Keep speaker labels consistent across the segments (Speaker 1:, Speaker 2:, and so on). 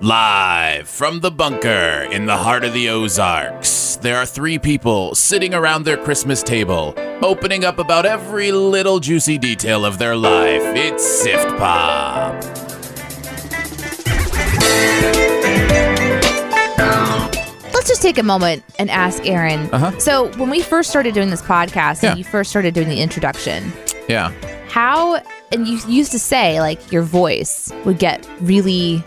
Speaker 1: Live from the bunker in the heart of the Ozarks, there are three people sitting around their Christmas table, opening up about every little juicy detail of their life. It's Sift Pop.
Speaker 2: Let's just take a moment and ask Aaron.
Speaker 1: Uh-huh.
Speaker 2: So, when we first started doing this podcast,
Speaker 1: Yeah.
Speaker 2: and you first started doing the introduction,
Speaker 1: Yeah.
Speaker 2: how, and you used to say like your voice would get really,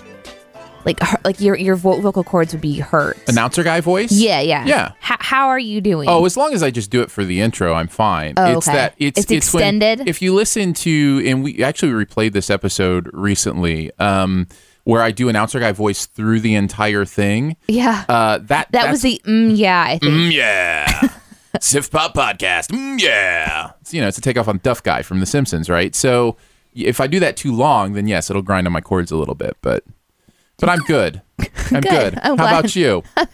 Speaker 2: like, hu- like your your vo- vocal cords would be hurt.
Speaker 1: Announcer guy voice?
Speaker 2: yeah, yeah,
Speaker 1: Yeah.
Speaker 2: H- how are you doing?
Speaker 1: Oh, as long as I just do it for the intro, I'm fine.
Speaker 2: Oh,
Speaker 1: it's
Speaker 2: okay.
Speaker 1: that it's
Speaker 2: It's
Speaker 1: when-
Speaker 2: extended?
Speaker 1: if you listen to and we actually replayed this episode recently, um, where I do announcer guy voice through the entire thing.
Speaker 2: yeah.
Speaker 1: Uh, that
Speaker 2: that was the mm, yeah. I think
Speaker 1: mm, yeah. Sif Pop Podcast. Mm, yeah. It's, you know, it's a takeoff on Duff Guy from The Simpsons, right? So y- if I do that too long, then yes, it'll grind on my cords a little bit, but but I'm good. I'm
Speaker 2: Good.
Speaker 1: good.
Speaker 2: I'm
Speaker 1: How
Speaker 2: glad.
Speaker 1: about you?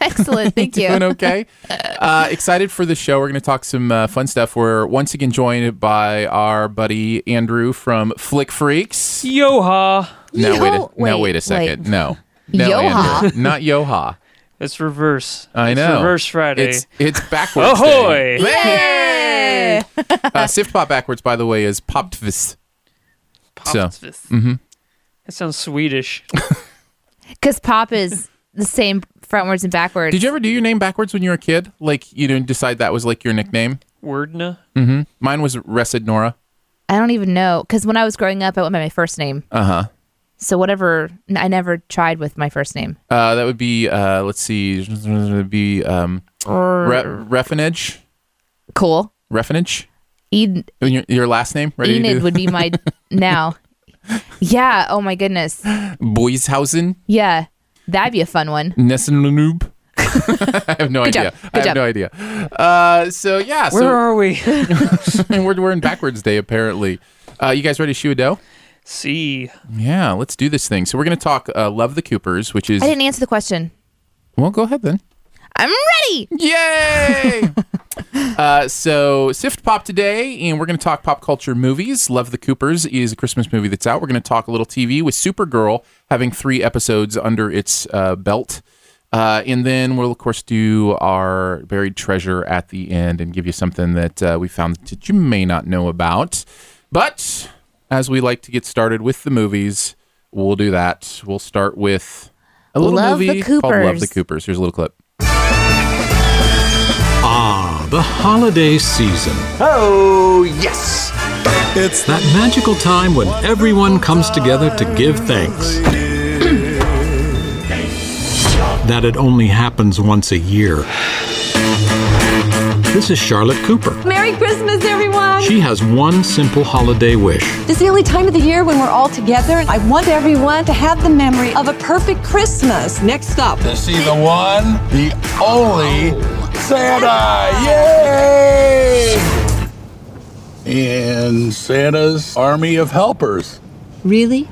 Speaker 2: excellent. Thank you.
Speaker 1: Doing okay. Uh, excited for the show. We're going to talk some uh, fun stuff. We're once again joined by our buddy Andrew from Flick Freaks.
Speaker 3: Yoha.
Speaker 1: No,
Speaker 2: Yo-
Speaker 1: wait a, no,
Speaker 2: wait,
Speaker 1: wait a second.
Speaker 2: wait.
Speaker 1: No, no,
Speaker 2: Yoha.
Speaker 1: Andrew. not Yoha.
Speaker 3: It's reverse.
Speaker 1: I
Speaker 3: It's
Speaker 1: know.
Speaker 3: reverse Friday.
Speaker 1: It's it's backwards.
Speaker 3: Ahoy!
Speaker 1: Day.
Speaker 2: Yay!
Speaker 1: uh, Sift Pop backwards, by the way, is Poptvis.
Speaker 3: Pops
Speaker 1: so, mm-hmm.
Speaker 3: this. That sounds Swedish.
Speaker 2: Because pop is the same frontwards and backwards.
Speaker 1: Did you ever do your name backwards when you were a kid? Like you didn't decide that was like your nickname?
Speaker 3: Wordna.
Speaker 1: Mine was Resid Nora.
Speaker 2: I don't even know because when I was growing up, I went by my first name.
Speaker 1: Uh huh.
Speaker 2: So whatever, n- I never tried with my first name.
Speaker 1: Uh, that would be uh, let's see, it'd be um, Re- Refinage.
Speaker 2: Cool.
Speaker 1: Refinage.
Speaker 2: Enid,
Speaker 1: And Your, your last name? Ready to
Speaker 2: Enid
Speaker 1: do?
Speaker 2: would be my now. Yeah. Oh my goodness.
Speaker 1: Boyshausen.
Speaker 2: Yeah, that'd be a fun one.
Speaker 1: Nessenlanoop. I have no
Speaker 2: Good job.
Speaker 1: idea. I
Speaker 2: Good
Speaker 1: have
Speaker 2: job.
Speaker 1: no idea. Uh, so yeah,
Speaker 3: Where are we?
Speaker 1: so we're, we're in backwards day apparently. Uh, you guys ready to shoe a dough?
Speaker 3: C.
Speaker 1: Yeah, let's do this thing. So we're gonna talk uh, "Love the Coopers," which is
Speaker 2: I didn't answer the question.
Speaker 1: well. Go ahead then.
Speaker 2: I'm ready.
Speaker 1: Yay! uh, so Sift Pop today, and we're gonna talk pop culture movies. "Love the Coopers" is a Christmas movie that's out. We're gonna talk a little TV with Supergirl having three episodes under its uh, belt. Uh, and then we'll of course do our buried treasure at the end and give you something that uh, we found that you may not know about. But as we like to get started with the movies, we'll do that. We'll start with a little
Speaker 2: Love the
Speaker 1: movie called "Love
Speaker 2: Coopers.
Speaker 1: the Coopers." Here's a little clip.
Speaker 4: Ah, the holiday season.
Speaker 5: Oh, yes!
Speaker 4: It's that magical time when everyone comes together to give thanks. that it only happens once a year. This is Charlotte Cooper.
Speaker 6: Merry Christmas, everyone!
Speaker 4: She has one simple holiday wish.
Speaker 6: This is the only time of the year when we're all together, and I want everyone to have the memory of a perfect Christmas. Next up,
Speaker 7: to see the one, the only Santa! Yay! And Santa's army of helpers.
Speaker 6: really?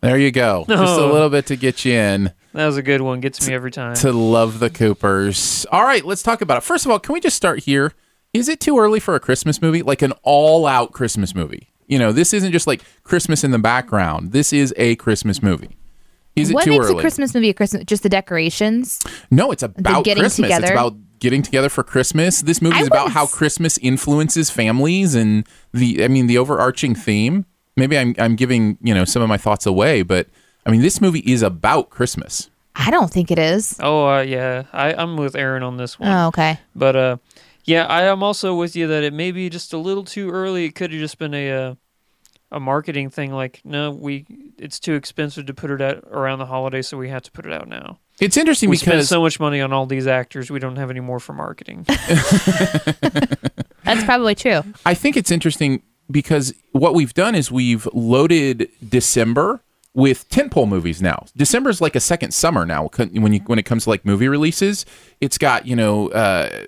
Speaker 1: There you go. Just a
Speaker 3: Oh.
Speaker 1: little bit to get you in
Speaker 3: That was a good one. Gets me every time.
Speaker 1: to love the Coopers. All right, let's talk about it. First of all, can we just start here? Is it too early for a Christmas movie? Like an all out Christmas movie? You know, this isn't just like Christmas in the background. This is a Christmas movie. Is it
Speaker 2: what
Speaker 1: too
Speaker 2: makes
Speaker 1: early?
Speaker 2: a Christmas movie a Christmas? Just the decorations.
Speaker 1: no, it's about
Speaker 2: getting
Speaker 1: Christmas. It's
Speaker 2: together?
Speaker 1: about getting together for Christmas. This movie
Speaker 2: I
Speaker 1: is about
Speaker 2: wouldn't
Speaker 1: how
Speaker 2: s-
Speaker 1: Christmas influences families and the I mean the overarching theme. Maybe I'm I'm giving, you know, some of my thoughts away, but I mean this movie is about Christmas.
Speaker 2: I don't think it is.
Speaker 3: Oh uh, yeah, I, I'm with Aaron on this one.
Speaker 2: Oh, okay.
Speaker 3: But uh, yeah, I am also with you that it may be just a little too early. It could have just been a uh, a marketing thing. Like no, we it's too expensive to put it out around the holiday, so we have to put it out now.
Speaker 1: It's interesting
Speaker 3: We spend
Speaker 1: because
Speaker 3: so much money on all these actors, we don't have any more for marketing.
Speaker 2: That's probably true.
Speaker 1: I think it's interesting because what we've done is we've loaded December with tentpole movies now. December is like a second summer now c- when you
Speaker 2: Mm-hmm.
Speaker 1: when it comes to like movie releases. It's got you know uh,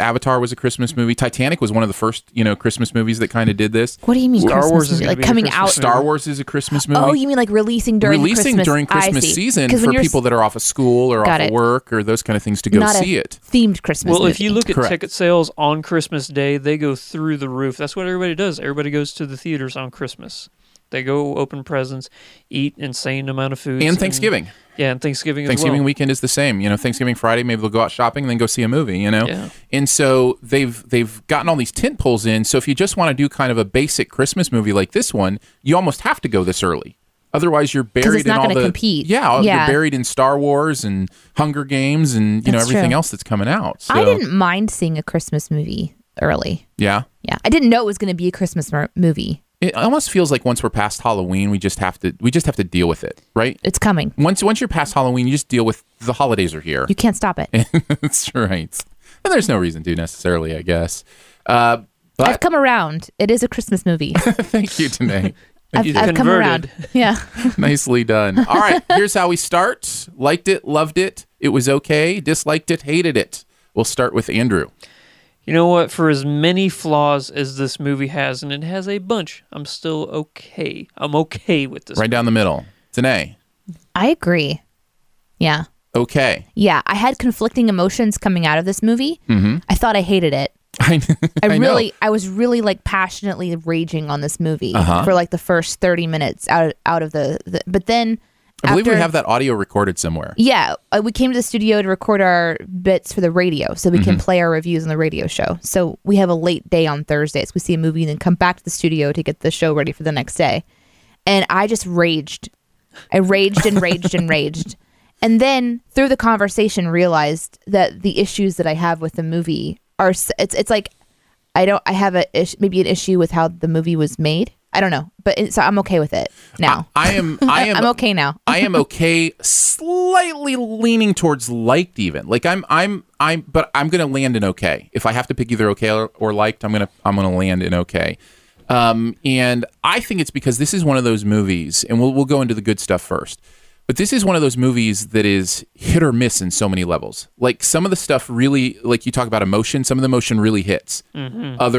Speaker 1: Avatar was a Christmas movie. Titanic was one of the first you know Christmas movies that kind of did this.
Speaker 2: Mm-hmm. What do you mean?
Speaker 3: Star
Speaker 2: Christmas
Speaker 3: Wars is
Speaker 2: movie?
Speaker 3: gonna
Speaker 2: like
Speaker 3: be a
Speaker 2: coming
Speaker 3: Christmas
Speaker 2: out.
Speaker 1: Star Wars is a Christmas movie.
Speaker 2: Oh, you mean like releasing during
Speaker 1: releasing
Speaker 2: Christmas?
Speaker 1: during Christmas season for people that are off of school or
Speaker 2: Got
Speaker 1: off of
Speaker 2: it.
Speaker 1: work or those kind of things to go
Speaker 2: not
Speaker 1: see
Speaker 2: a
Speaker 1: it.
Speaker 2: themed Christmas.
Speaker 3: Well, if
Speaker 2: movie.
Speaker 3: you look at
Speaker 1: Correct.
Speaker 3: ticket sales on Christmas Day, they go through the roof. That's what everybody does. Everybody goes to the theaters on Christmas. They go open presents, eat insane amount of food,
Speaker 1: And Thanksgiving.
Speaker 3: yeah, and Thanksgiving.
Speaker 1: Thanksgiving
Speaker 3: as well.
Speaker 1: weekend is the same. You know, Thanksgiving Friday, maybe they'll go out shopping and then go see a movie. You know,
Speaker 3: Yeah.
Speaker 1: and so they've they've gotten all these tent poles in. So if you just want to do kind of a basic Christmas movie like this one, you almost have to go this early. Otherwise, you're buried
Speaker 2: it's
Speaker 1: in
Speaker 2: not
Speaker 1: all
Speaker 2: gonna
Speaker 1: the
Speaker 2: compete.
Speaker 1: Yeah,
Speaker 2: Yeah.
Speaker 1: you're buried in Star Wars and Hunger Games and you know
Speaker 2: That's
Speaker 1: everything
Speaker 2: true.
Speaker 1: else that's coming out. So,
Speaker 2: I didn't mind seeing a Christmas movie early.
Speaker 1: Yeah,
Speaker 2: Yeah, I didn't know it was going to be a Christmas mer- movie.
Speaker 1: it almost feels like once we're past Halloween, we just have to we just have to deal with it, right?
Speaker 2: It's coming.
Speaker 1: Once once you're past Halloween, you just deal with the holidays are here.
Speaker 2: You can't stop it.
Speaker 1: That's right. And there's no reason to necessarily, I guess. Uh,
Speaker 2: I've
Speaker 1: but
Speaker 2: come around. It is a Christmas movie.
Speaker 1: thank you, Danae.
Speaker 2: I've,
Speaker 3: You
Speaker 2: I've come around.
Speaker 3: converted.
Speaker 2: Yeah.
Speaker 1: Nicely done. All right, here's how we start. Liked it, loved it, it was okay, disliked it, hated it. We'll start with Andrew.
Speaker 3: You know what? For as many flaws as this movie has, and it has a bunch, I'm still okay. I'm okay with this.
Speaker 1: Right down the middle. Danae,
Speaker 2: I agree. Yeah.
Speaker 1: okay.
Speaker 2: Yeah. I had conflicting emotions coming out of this movie. Mm-hmm. I thought I hated it.
Speaker 1: I,
Speaker 2: I,
Speaker 1: I know.
Speaker 2: really, I was really like passionately raging on this movie
Speaker 1: Uh-huh.
Speaker 2: for like the first 30 minutes out of, out of the, the, but then
Speaker 1: I believe we
Speaker 2: after-
Speaker 1: have that audio recorded somewhere.
Speaker 2: Yeah, uh, we came to the studio to record our bits for the radio so we
Speaker 1: Mm-hmm.
Speaker 2: can play our reviews on the radio show. So we have a late day on Thursdays. We see a movie and then come back to the studio to get the show ready for the next day. And I just raged. I raged and raged and raged. And then through the conversation realized that the issues that I have with the movie are s- it's it's like I don't I have a ish, maybe an issue with how the movie was made. I don't know, but it, so I'm okay with it now.
Speaker 1: I am I am
Speaker 2: I'm okay now.
Speaker 1: I am okay, slightly leaning towards liked even. Like I'm I'm I'm but I'm gonna land in okay. If I have to pick either okay or, or liked, I'm gonna I'm gonna land in okay. Um, and I think it's because this is one of those movies, and we'll we'll go into the good stuff first. But this is one of those movies that is hit or miss in so many levels. Like some of the stuff really, like you talk about emotion, some of the emotion really hits. Other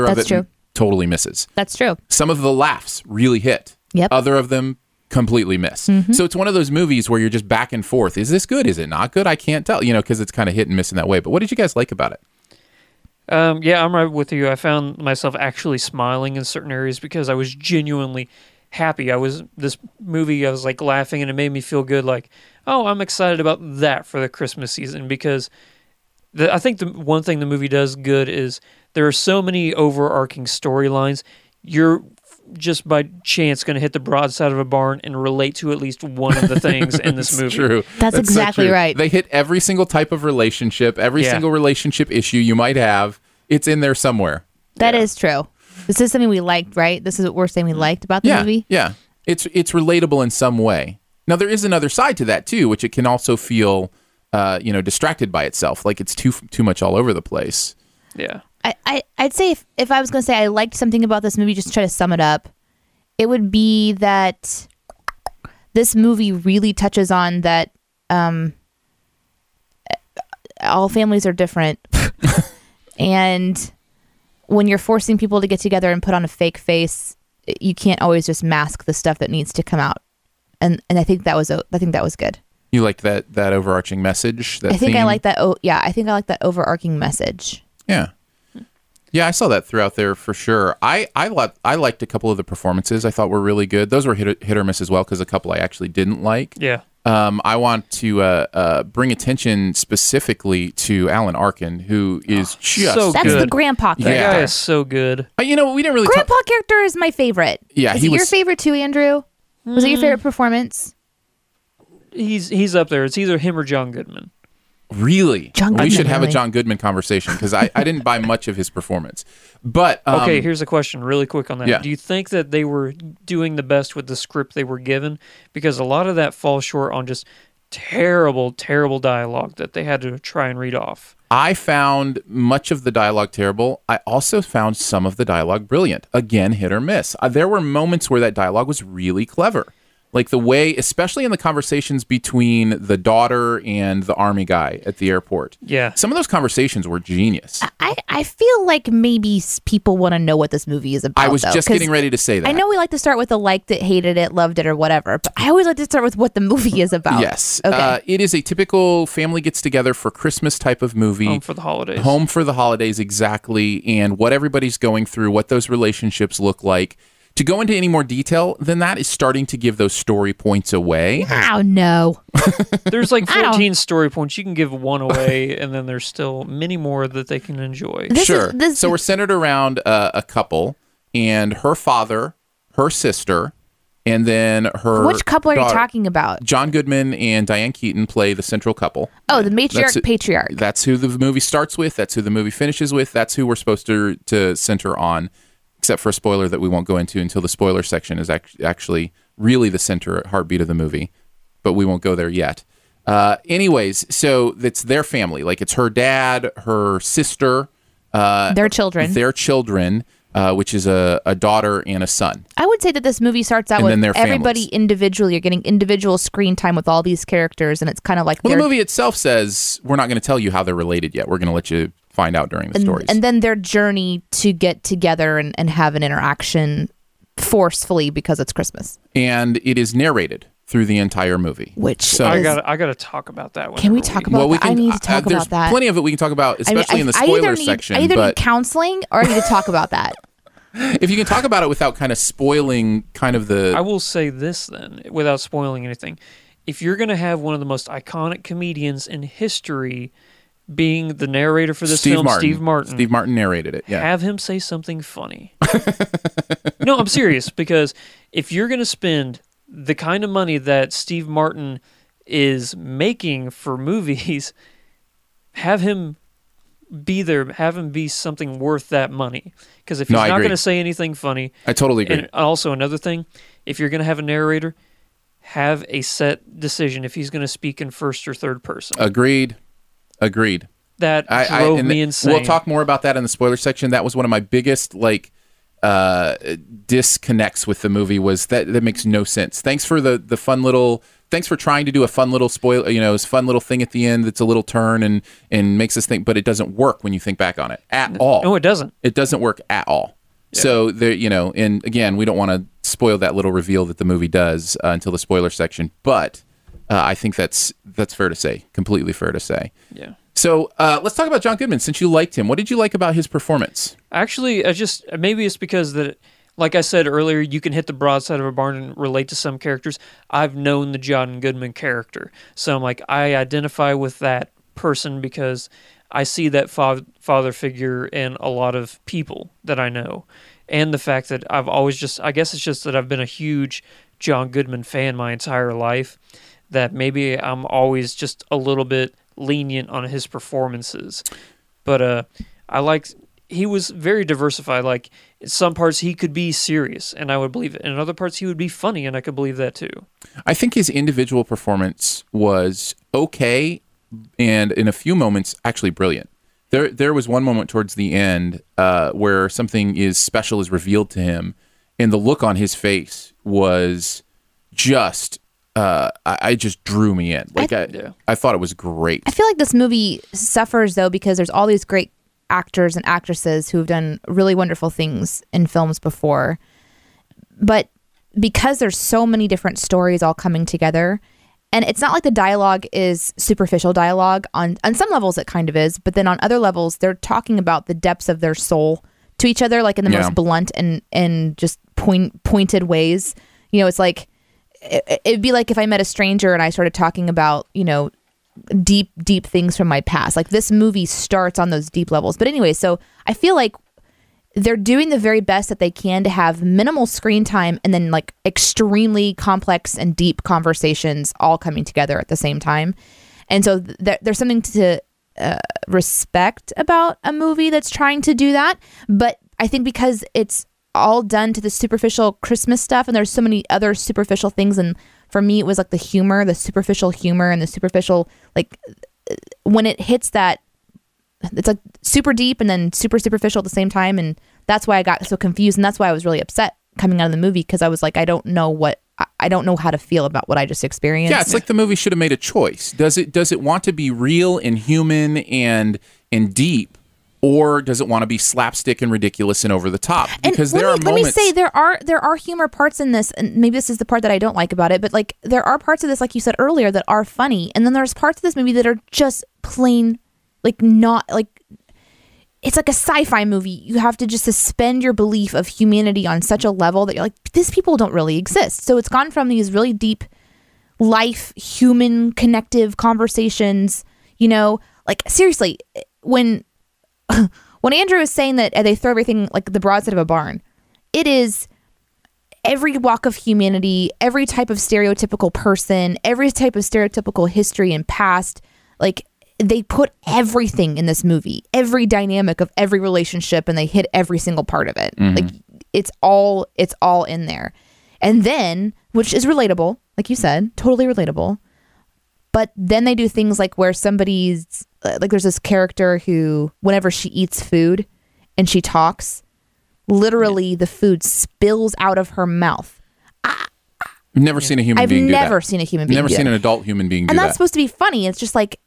Speaker 1: of
Speaker 2: Mm-hmm. That's
Speaker 1: it
Speaker 2: true.
Speaker 1: totally misses
Speaker 2: That's true.
Speaker 1: some of the laughs really hit.
Speaker 2: Yep. Mm-hmm.
Speaker 1: Other of them completely miss. So it's one of those movies where you're just back and forth. Is this good? Is it not good? I can't tell, you know, because it's kind of hit and miss in that way. But what did you guys like about it?
Speaker 3: Um, yeah, I'm right with you. I found myself actually smiling in certain areas because I was genuinely happy. I was this movie. I was like laughing, and it made me feel good. Like, oh, I'm excited about that for the Christmas season because the, I think the one thing the movie does good is there are so many overarching storylines. You're just by chance going to hit the broadside of a barn and relate to at least one of the things in this movie.
Speaker 1: True.
Speaker 2: That's
Speaker 1: so
Speaker 2: exactly
Speaker 1: true.
Speaker 2: right.
Speaker 1: They hit every single type of relationship, every
Speaker 3: Yeah.
Speaker 1: single relationship issue you might have. It's in there somewhere.
Speaker 2: That is true. This is something we liked, right? This is what we're saying we liked about the
Speaker 1: Mm. yeah,
Speaker 2: movie.
Speaker 1: Yeah. It's it's relatable in some way. Now there is another side to that too, which it can also feel uh, you know, distracted by itself, like it's too too much all over the place.
Speaker 3: Yeah.
Speaker 2: I, I, I'd say if, if I was going to say I liked something about this movie, just to try to sum it up, it would be that this movie really touches on that um, all families are different. and when you're forcing people to get together and put on a fake face, you can't always just mask the stuff that needs to come out. And, and I think that was o- I think that was good.
Speaker 1: You like that that overarching message? That
Speaker 2: I think I
Speaker 1: theme?
Speaker 2: like that. Oh, yeah, I think I like that overarching message.
Speaker 1: Yeah. Yeah, I saw that throughout there for sure. I I, li- I liked a couple of the performances. I thought were really good. Those were hit, hit or miss as well because a couple I actually didn't like.
Speaker 3: Yeah.
Speaker 1: Um, I want to uh, uh, bring attention specifically to Alan Arkin, who is just
Speaker 3: Oh, so
Speaker 2: That's
Speaker 3: good.
Speaker 2: the grandpa character.
Speaker 3: That
Speaker 1: Yeah.
Speaker 3: guy is so good.
Speaker 1: Uh, you know we didn't really talk-
Speaker 2: Grandpa character is my favorite.
Speaker 1: Yeah,
Speaker 2: is
Speaker 1: he
Speaker 2: it your
Speaker 1: was-
Speaker 2: favorite too, Andrew? Was it your favorite performance?
Speaker 3: He's he's up there. It's either him or John Goodman.
Speaker 1: really.
Speaker 2: John
Speaker 1: we
Speaker 2: Goodman,
Speaker 1: should have
Speaker 2: really.
Speaker 1: a John Goodman conversation because I, I didn't buy much of his performance. But um,
Speaker 3: Okay, here's a question really quick on that.
Speaker 1: Yeah.
Speaker 3: Do you think that they were doing the best with the script they were given? Because a lot of that falls short on just terrible, terrible dialogue that they had to try and read off.
Speaker 1: I found much of the dialogue terrible. I also found some of the dialogue brilliant. Again, hit or miss. Uh, there were moments where that dialogue was really clever. Like the way, especially in the conversations between the daughter and the army guy at the airport.
Speaker 3: Yeah.
Speaker 1: Some of those conversations were genius.
Speaker 2: I, I feel like maybe s- people want to know what this movie is about.
Speaker 1: I was
Speaker 2: though,
Speaker 1: just
Speaker 2: 'cause
Speaker 1: getting ready to say that.
Speaker 2: I know we like to start with the liked it, hated it, loved it, or whatever, but I always like to start with what the movie is about.
Speaker 1: Yes.
Speaker 2: Okay.
Speaker 1: Uh, it is a typical family gets together for Christmas type of movie.
Speaker 2: Oh,
Speaker 3: Home um, for the holidays.
Speaker 1: Home for the holidays, exactly. And what everybody's going through, what those relationships look like. To go into any more detail than that is starting to give those story points away.
Speaker 2: Oh no.
Speaker 3: There's like
Speaker 2: I don't-
Speaker 3: 14 story points. You can give one away, and then there's still many more that they can enjoy.
Speaker 2: This
Speaker 1: sure.
Speaker 2: Is, this,
Speaker 1: so we're centered around uh, a couple and her father, her sister, and then her.
Speaker 2: which couple are you
Speaker 1: daughter.
Speaker 2: talking about?
Speaker 1: John Goodman and Diane Keaton play the central couple.
Speaker 2: Oh, the matriarch
Speaker 1: That's it.
Speaker 2: patriarch.
Speaker 1: That's who the movie starts with. That's who the movie finishes with. That's who we're supposed to to center on, except for a spoiler that we won't go into until the spoiler section is act- actually really the center heartbeat of the movie, but we won't go there yet. Uh, anyways, so it's their family. Like it's her dad, her sister, uh,
Speaker 2: Their children.
Speaker 1: their children, uh, which is a, a daughter and a son.
Speaker 2: I would say that this movie starts out
Speaker 1: And then
Speaker 2: with
Speaker 1: their
Speaker 2: everybody
Speaker 1: families.
Speaker 2: individually. You're getting individual screen time with all these characters, and it's kind of like
Speaker 1: Well,
Speaker 2: their-
Speaker 1: the movie itself says we're not going to tell you how they're related yet. We're going to let you find out during the stories.
Speaker 2: and then their journey to get together and, and have an interaction forcefully because it's Christmas.
Speaker 1: and it is narrated through the entire movie.
Speaker 2: Which
Speaker 1: so
Speaker 3: I
Speaker 2: is-
Speaker 3: got to I got to talk about that one.
Speaker 2: Can we talk about
Speaker 1: well, we
Speaker 2: that?
Speaker 1: can,
Speaker 2: I need to
Speaker 1: uh,
Speaker 2: talk
Speaker 1: there's
Speaker 2: about that.
Speaker 1: plenty of it we can talk about,
Speaker 2: I mean,
Speaker 1: especially in the
Speaker 2: I- I either
Speaker 1: spoiler
Speaker 2: need- I
Speaker 1: section.
Speaker 2: either
Speaker 1: But
Speaker 2: need counseling or I need to talk about that.
Speaker 1: if you can talk about it without kind of spoiling kind of the
Speaker 3: I will say this then, without spoiling anything. If you're going to have one of the most iconic comedians in history being the narrator for this
Speaker 1: Steve
Speaker 3: film,
Speaker 1: Martin.
Speaker 3: Steve Martin,
Speaker 1: Steve Martin narrated it. Yeah.
Speaker 3: have him say something funny. no, I'm serious because if you're going to spend the kind of money that Steve Martin is making for movies, have him be there, have him be something worth that money. Because if he's
Speaker 1: No, I
Speaker 3: not
Speaker 1: agree.
Speaker 3: going to say anything funny,
Speaker 1: I totally agree.
Speaker 3: and also another thing, if you're going to have a narrator, have a set decision if he's going to speak in first or third person.
Speaker 1: Agreed. Agreed.
Speaker 3: that
Speaker 1: I, I
Speaker 3: drove
Speaker 1: and
Speaker 3: me
Speaker 1: th-
Speaker 3: insane.
Speaker 1: We'll talk more about that in the spoiler section. That was one of my biggest like uh disconnects with the movie was that that makes no sense. Thanks for the the fun little thanks for trying to do a fun little spoil you know, it's fun little thing at the end that's a little turn and and makes us think but it doesn't work when you think back on it at all.
Speaker 3: No, it doesn't.
Speaker 1: It doesn't work at all. So there, you know, and again, we don't want to spoil that little reveal that the movie does uh, until the spoiler section, but uh, I think that's that's fair to say, completely fair to say.
Speaker 3: Yeah.
Speaker 1: So uh, let's talk about John Goodman. Since you liked him, what did you like about his performance?
Speaker 3: Actually, I just maybe it's because that, like I said earlier, you can hit the broadside of a barn and relate to some characters. I've known the John Goodman character, so I'm like I identify with that person because I see that fa- father figure in a lot of people that I know, and the fact that I've always just I guess it's just that I've been a huge John Goodman fan my entire life. That maybe I'm always just a little bit lenient on his performances but uh i like he was very diversified like in some parts he could be serious and i would believe it and in other parts he would be funny and i could believe that too
Speaker 1: I think his individual performance was okay, and in a few moments, actually brilliant. There, there was one moment towards the end uh, where something is special is revealed to him, and the look on his face was just. Uh, I, I just drew me in. Like I, I, thought it was great.
Speaker 2: I feel like this movie suffers though because there's all these great actors and actresses who have done really wonderful things in films before. But because there's so many different stories all coming together, and it's not like the dialogue is superficial dialogue on on some levels it kind of is, but then on other levels they're talking about the depths of their soul to each other like in the
Speaker 1: Yeah.
Speaker 2: most blunt and and just point pointed ways. You know, it's like it, it'd be like if I met a stranger and I started talking about, you know, deep, deep things from my past. Like this movie starts on those deep levels. But anyway, so I feel like they're doing the very best that they can to have minimal screen time and then like extremely complex and deep conversations all coming together at the same time. And so th- there- there's something to uh, respect about a movie that's trying to do that. But I think because it's all done to the superficial Christmas stuff, and there's so many other superficial things. And for me, it was like the humor, the superficial humor, and the superficial like when it hits that it's like super deep and then super superficial at the same time and that's why i got so confused and that's why i was really upset coming out of the movie because i was like i don't know what I- i don't know how to feel about what i just experienced
Speaker 1: Yeah, it's like the movie should have made a choice. Does it does it want to be real and human and and deep, or does it want to be slapstick and ridiculous and over the top? Because
Speaker 2: let
Speaker 1: there
Speaker 2: me,
Speaker 1: are
Speaker 2: let me
Speaker 1: moments.
Speaker 2: say there are there are humor parts in this and maybe this is the part that i don't like about it but like there are parts of this like you said earlier that are funny and then there's parts of this movie that are just plain like not like it's like a sci-fi movie. You have to just suspend your belief of humanity on such a level that you're like, these people don't really exist. So it's gone from these really deep life, human, connective conversations. You know, like seriously, when when Andrew is saying that uh, they throw everything like the broadside of a barn, it is every walk of humanity, every type of stereotypical person, every type of stereotypical history and past. Like they put everything in this movie, every dynamic of every relationship, and they hit every single part of it. Like it's all it's all in there. And then, which is relatable, like you said, totally relatable. But then they do things like where somebody's uh, like there's this character who whenever she eats food and she talks, literally the food spills out of her mouth.
Speaker 1: Never seen a human
Speaker 2: I've
Speaker 1: being do that.
Speaker 2: never seen a human being
Speaker 1: Never
Speaker 2: do
Speaker 1: seen
Speaker 2: that.
Speaker 1: an adult human being do
Speaker 2: and
Speaker 1: that.
Speaker 2: that's supposed to be funny. It's just like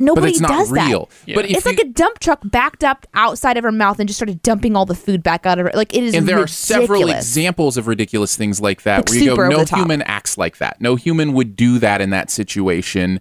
Speaker 2: nobody
Speaker 1: but it's not
Speaker 2: does
Speaker 1: real.
Speaker 2: that.
Speaker 1: But if
Speaker 2: It's like
Speaker 1: you-
Speaker 2: a dump truck backed up outside of her mouth and just started dumping all the food back out of her. Like it is.
Speaker 1: and there
Speaker 2: ridiculous.
Speaker 1: are several examples of ridiculous things like that
Speaker 2: Like
Speaker 1: where you
Speaker 2: super
Speaker 1: go
Speaker 2: over
Speaker 1: no
Speaker 2: the top.
Speaker 1: human acts like that no human would do that in that situation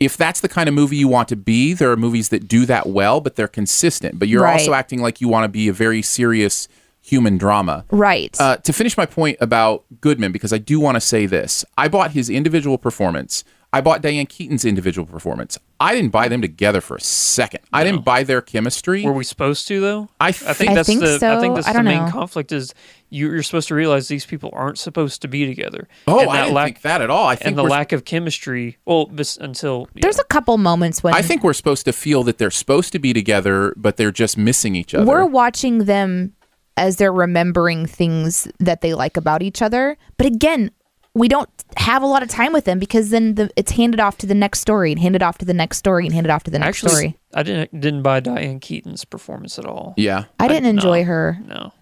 Speaker 1: if that's the kind of movie you want to be there are movies that do that well but they're consistent but you're
Speaker 2: Right.
Speaker 1: also acting like you want to be a very serious human drama
Speaker 2: Right.
Speaker 1: uh, to finish my point about Goodman, because I do want to say this, I bought his individual performance. I bought Diane Keaton's individual performance. I didn't buy them together for a second. I didn't buy their chemistry.
Speaker 3: Were we supposed to though?
Speaker 1: I think- I
Speaker 3: that's
Speaker 2: think
Speaker 3: the I
Speaker 2: so.
Speaker 3: think that's
Speaker 2: I
Speaker 3: the
Speaker 2: don't
Speaker 3: main
Speaker 2: know.
Speaker 3: conflict is you, you're supposed to realize these people aren't supposed to be together.
Speaker 1: oh,
Speaker 3: And
Speaker 1: I didn't
Speaker 3: lack,
Speaker 1: think that at all. I think
Speaker 3: and the
Speaker 1: we're,
Speaker 3: lack of chemistry. Well, this, until you
Speaker 2: There's
Speaker 3: know,
Speaker 2: a couple moments when
Speaker 1: I think we're supposed to feel that they're supposed to be together, but they're just missing each other.
Speaker 2: we're watching them as they're remembering things that they like about each other. But again, we don't have a lot of time with them because then the, it's handed off to the next story and handed off to the next story and handed off to the next
Speaker 3: actually
Speaker 2: story.
Speaker 3: I didn't didn't buy Diane Keaton's performance at all.
Speaker 1: yeah.
Speaker 2: I didn't enjoy her.
Speaker 3: No.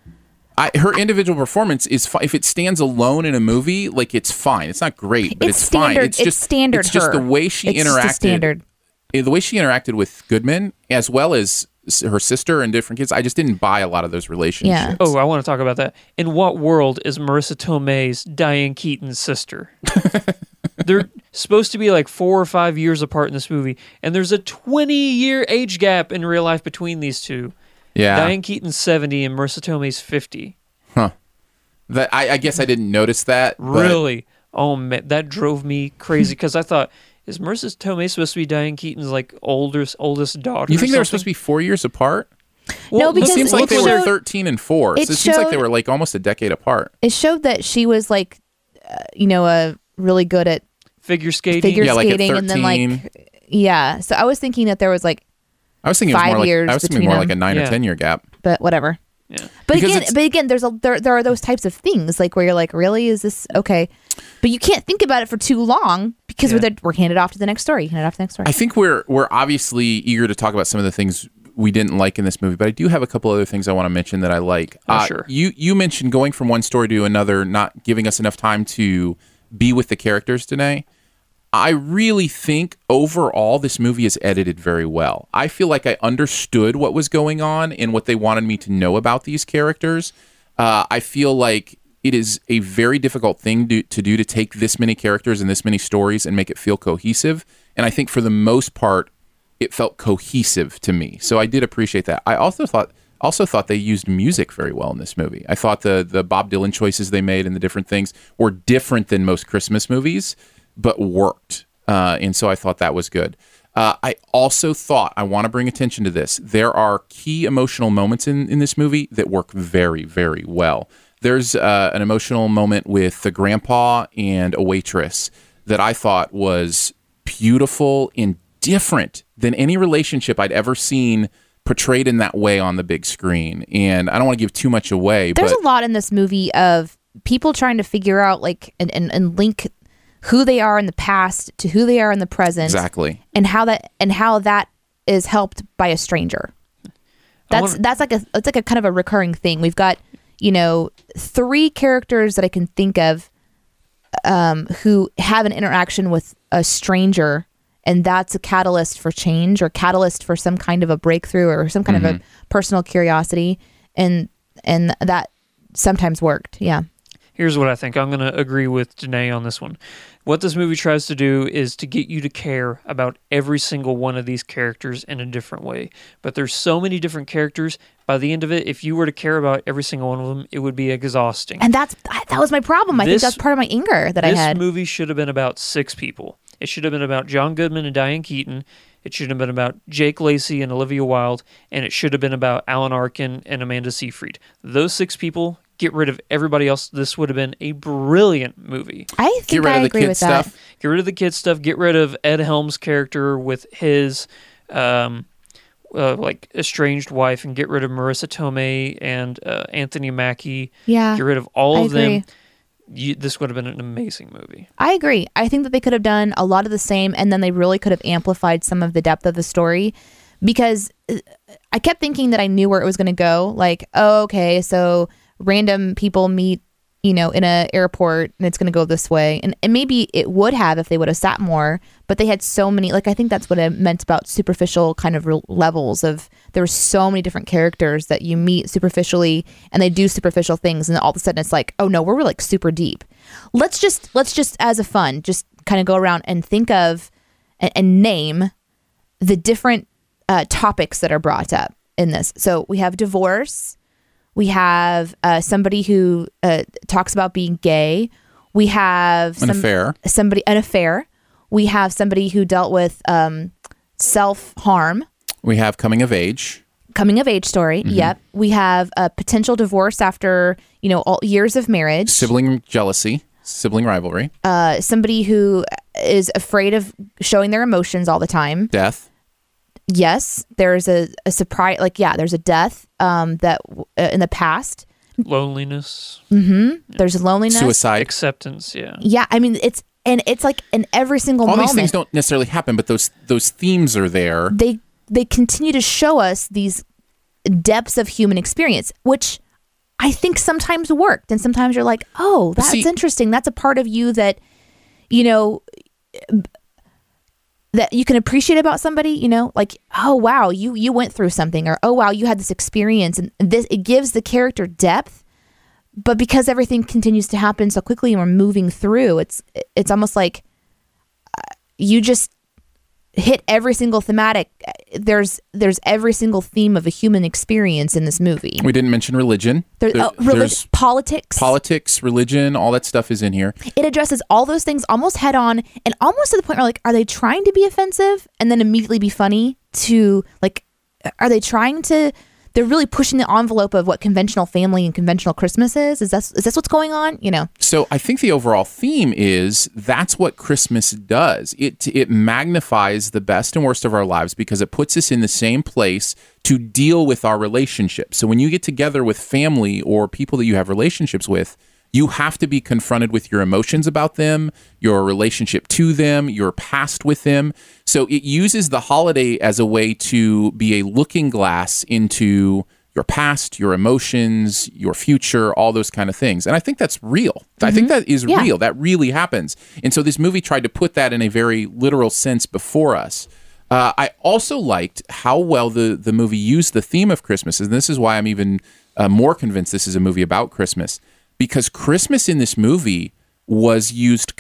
Speaker 1: I, her individual performance is fi- if it stands alone in a movie, like it's fine. It's not great, but it's, fine.
Speaker 2: standard.
Speaker 1: It's just
Speaker 2: standard.
Speaker 1: It's just
Speaker 2: her.
Speaker 1: the way she
Speaker 2: It's just a
Speaker 1: interacted.
Speaker 2: standard.
Speaker 1: eh, the way she interacted with Goodman, as well as s- her sister and different kids. I just didn't buy a lot of those relationships.
Speaker 2: Yeah.
Speaker 3: Oh, I want to talk about that. In what world is Marissa Tomei's Diane Keaton's sister? They're supposed to be like four or five years apart in this movie, and there's a 20 year age gap in real life between these two.
Speaker 1: Yeah.
Speaker 3: Diane Keaton's 70 and Marissa Tomei's 50.
Speaker 1: That I, I guess I didn't notice that. but-
Speaker 3: Really? Oh man, that drove me crazy because I thought, is Marissa Tomei supposed to be Diane Keaton's like oldest oldest daughter?
Speaker 1: You think they were supposed to be four years apart?
Speaker 3: Well,
Speaker 2: No,
Speaker 3: look-
Speaker 1: It
Speaker 2: because
Speaker 1: seems like
Speaker 2: it
Speaker 1: they were
Speaker 2: showed-
Speaker 1: thirteen and four. So it
Speaker 2: it
Speaker 1: seems like
Speaker 2: showed-
Speaker 1: they were like almost a decade apart.
Speaker 2: It showed that she was like, uh, you know, uh, really good at
Speaker 3: figure skating.
Speaker 2: figure
Speaker 1: Yeah, like at
Speaker 2: skating, and then
Speaker 1: 13.
Speaker 2: like, yeah. So I was thinking that there was like,
Speaker 1: I was thinking it was
Speaker 2: Five
Speaker 1: more like
Speaker 2: years
Speaker 1: I was thinking
Speaker 2: between
Speaker 1: more
Speaker 2: them.
Speaker 1: like a nine or
Speaker 3: Yeah.
Speaker 1: ten year gap.
Speaker 2: but whatever.
Speaker 3: Yeah.
Speaker 2: But
Speaker 1: Because
Speaker 2: again,
Speaker 1: it's-
Speaker 2: but again, there's a there there are those types of things like where you're like, really, is this okay? But you can't think about it for too long because we're the, we're handed off to the next story, handed off to the next story.
Speaker 1: I think we're we're obviously eager to talk about some of the things we didn't like in this movie, but I do have a couple other things I want to mention that I like.
Speaker 3: Oh, sure.
Speaker 1: Uh, You you mentioned going from one story to another, not giving us enough time to be with the characters today. I really think overall this movie is edited very well. I feel like I understood what was going on and what they wanted me to know about these characters. Uh, I feel like it is a very difficult thing to, to do to take this many characters and this many stories and make it feel cohesive. And I think for the most part, it felt cohesive to me. So I did appreciate that. I also thought also thought they used music very well in this movie. I thought the the Bob Dylan choices they made and the different things were different than most Christmas movies, but worked. Uh, and so I thought that was good. Uh, I also thought I want to bring attention to this. There are key emotional moments in in this movie that work very very well. There's uh, an emotional moment with the grandpa and a waitress that I thought was beautiful and different than any relationship I'd ever seen portrayed in that way on the big screen. And I don't want to give too much away,
Speaker 2: There's
Speaker 1: but
Speaker 2: a lot in this movie of people trying to figure out like and, and, and link who they are in the past to who they are in the present
Speaker 1: exactly.
Speaker 2: and how that and how that is helped by a stranger. That's
Speaker 3: wonder-
Speaker 2: that's like a it's like a kind of a recurring thing. We've got you know three characters that I can think of um, who have an interaction with a stranger, and that's a catalyst for change or catalyst for some kind of a breakthrough or some kind
Speaker 1: Mm-hmm.
Speaker 2: of a personal curiosity, and and that sometimes worked. Yeah,
Speaker 3: here's what I think. I'm going to agree with Danae on this one. What this movie tries to do is to get you to care about every single one of these characters in a different way. But there's so many different characters. By the end of it, if you were to care about every single one of them, it would be exhausting.
Speaker 2: And that's that was my problem. I think
Speaker 3: This-
Speaker 2: that's part of my anger that I
Speaker 3: this
Speaker 2: had.
Speaker 3: movie should have been about six people. It should have been about John Goodman and Diane Keaton. It should have been about Jake Lacey and Olivia Wilde, and it should have been about Alan Arkin and Amanda Seyfried. Those six people. Get rid of everybody else. This would have been a brilliant movie.
Speaker 2: I think
Speaker 1: Get rid
Speaker 2: I
Speaker 1: of the
Speaker 2: agree
Speaker 1: kid
Speaker 2: with
Speaker 1: stuff.
Speaker 2: that.
Speaker 3: Get rid of the kid stuff. Get rid of Ed Helms' character with his um, uh, like estranged wife, and get rid of Marissa Tomei and uh, Anthony Mackie.
Speaker 2: Yeah,
Speaker 3: Get rid of all
Speaker 2: I
Speaker 3: of
Speaker 2: agree.
Speaker 3: them. You, this would have been an amazing movie.
Speaker 2: I agree. I think that they could have done a lot of the same, and then they really could have amplified some of the depth of the story because uh, I kept thinking that I knew where it was going to go. Like, oh, okay, so random people meet, you know, in a airport, and it's going to go this way, and, and maybe it would have if they would have sat more. But they had so many. Like, I think that's what I meant about superficial kind of re- levels of there were so many different characters that you meet superficially, and they do superficial things, and all of a sudden it's like, oh no, we're like super deep. Let's just let's just as a fun, just kind of go around and think of and, and name the different uh, topics that are brought up in this. So we have divorce, we have uh, somebody who uh, talks about being gay, we have
Speaker 1: An affair.
Speaker 2: somebody an affair, we have somebody who dealt with um, self harm,
Speaker 1: We have coming of age.
Speaker 2: coming of age story.
Speaker 1: Mm-hmm.
Speaker 2: Yep, we have a potential divorce after you know all years of marriage.
Speaker 1: sibling jealousy, sibling rivalry,
Speaker 2: uh, somebody who is afraid of showing their emotions all the time.
Speaker 1: death,
Speaker 2: Yes, there's a, a surprise. Like, yeah, there's a death um, that w- uh, in the past.
Speaker 3: Loneliness,
Speaker 2: There's loneliness.
Speaker 1: suicide.
Speaker 3: acceptance. Yeah.
Speaker 2: Yeah, I mean, it's and it's like in every single
Speaker 1: All
Speaker 2: moment
Speaker 1: these things don't necessarily happen, but those those themes are there.
Speaker 2: they they continue to show us these depths of human experience, which I think sometimes worked, and sometimes you're like, oh, that's
Speaker 1: see-
Speaker 2: interesting. That's a part of you that you know that you can appreciate about somebody. You know, like oh wow, you you went through something, or oh wow, you had this experience, and this it gives the character depth. But because everything continues to happen so quickly, and we're moving through, it's it's almost like uh, you just hit every single thematic there's there's every single theme of a human experience in this movie
Speaker 1: We didn't mention religion.
Speaker 2: there,
Speaker 1: There-
Speaker 2: oh, relig-
Speaker 1: there's
Speaker 2: politics
Speaker 1: politics, religion, all that stuff is in here.
Speaker 2: it addresses all those things almost head on and almost to the point where like are they trying to be offensive and then immediately be funny to like are they trying to they're really pushing the envelope of what conventional family and conventional christmas is is that is this what's going on you know
Speaker 1: So I think the overall theme is that's what Christmas does. It it magnifies the best and worst of our lives because it puts us in the same place to deal with our relationships. So when you get together with family or people that you have relationships with, you have to be confronted with your emotions about them, your relationship to them, your past with them. So it uses the holiday as a way to be a looking glass into your past, your emotions, your future, all those kind of things. And I think that's real. I think that is
Speaker 2: Mm-hmm. Yeah.
Speaker 1: real. That really happens. And so this movie tried to put that in a very literal sense before us. Uh, I also liked how well the, the movie used the theme of Christmas. And this is why I'm even uh, more convinced this is a movie about Christmas, because Christmas in this movie was used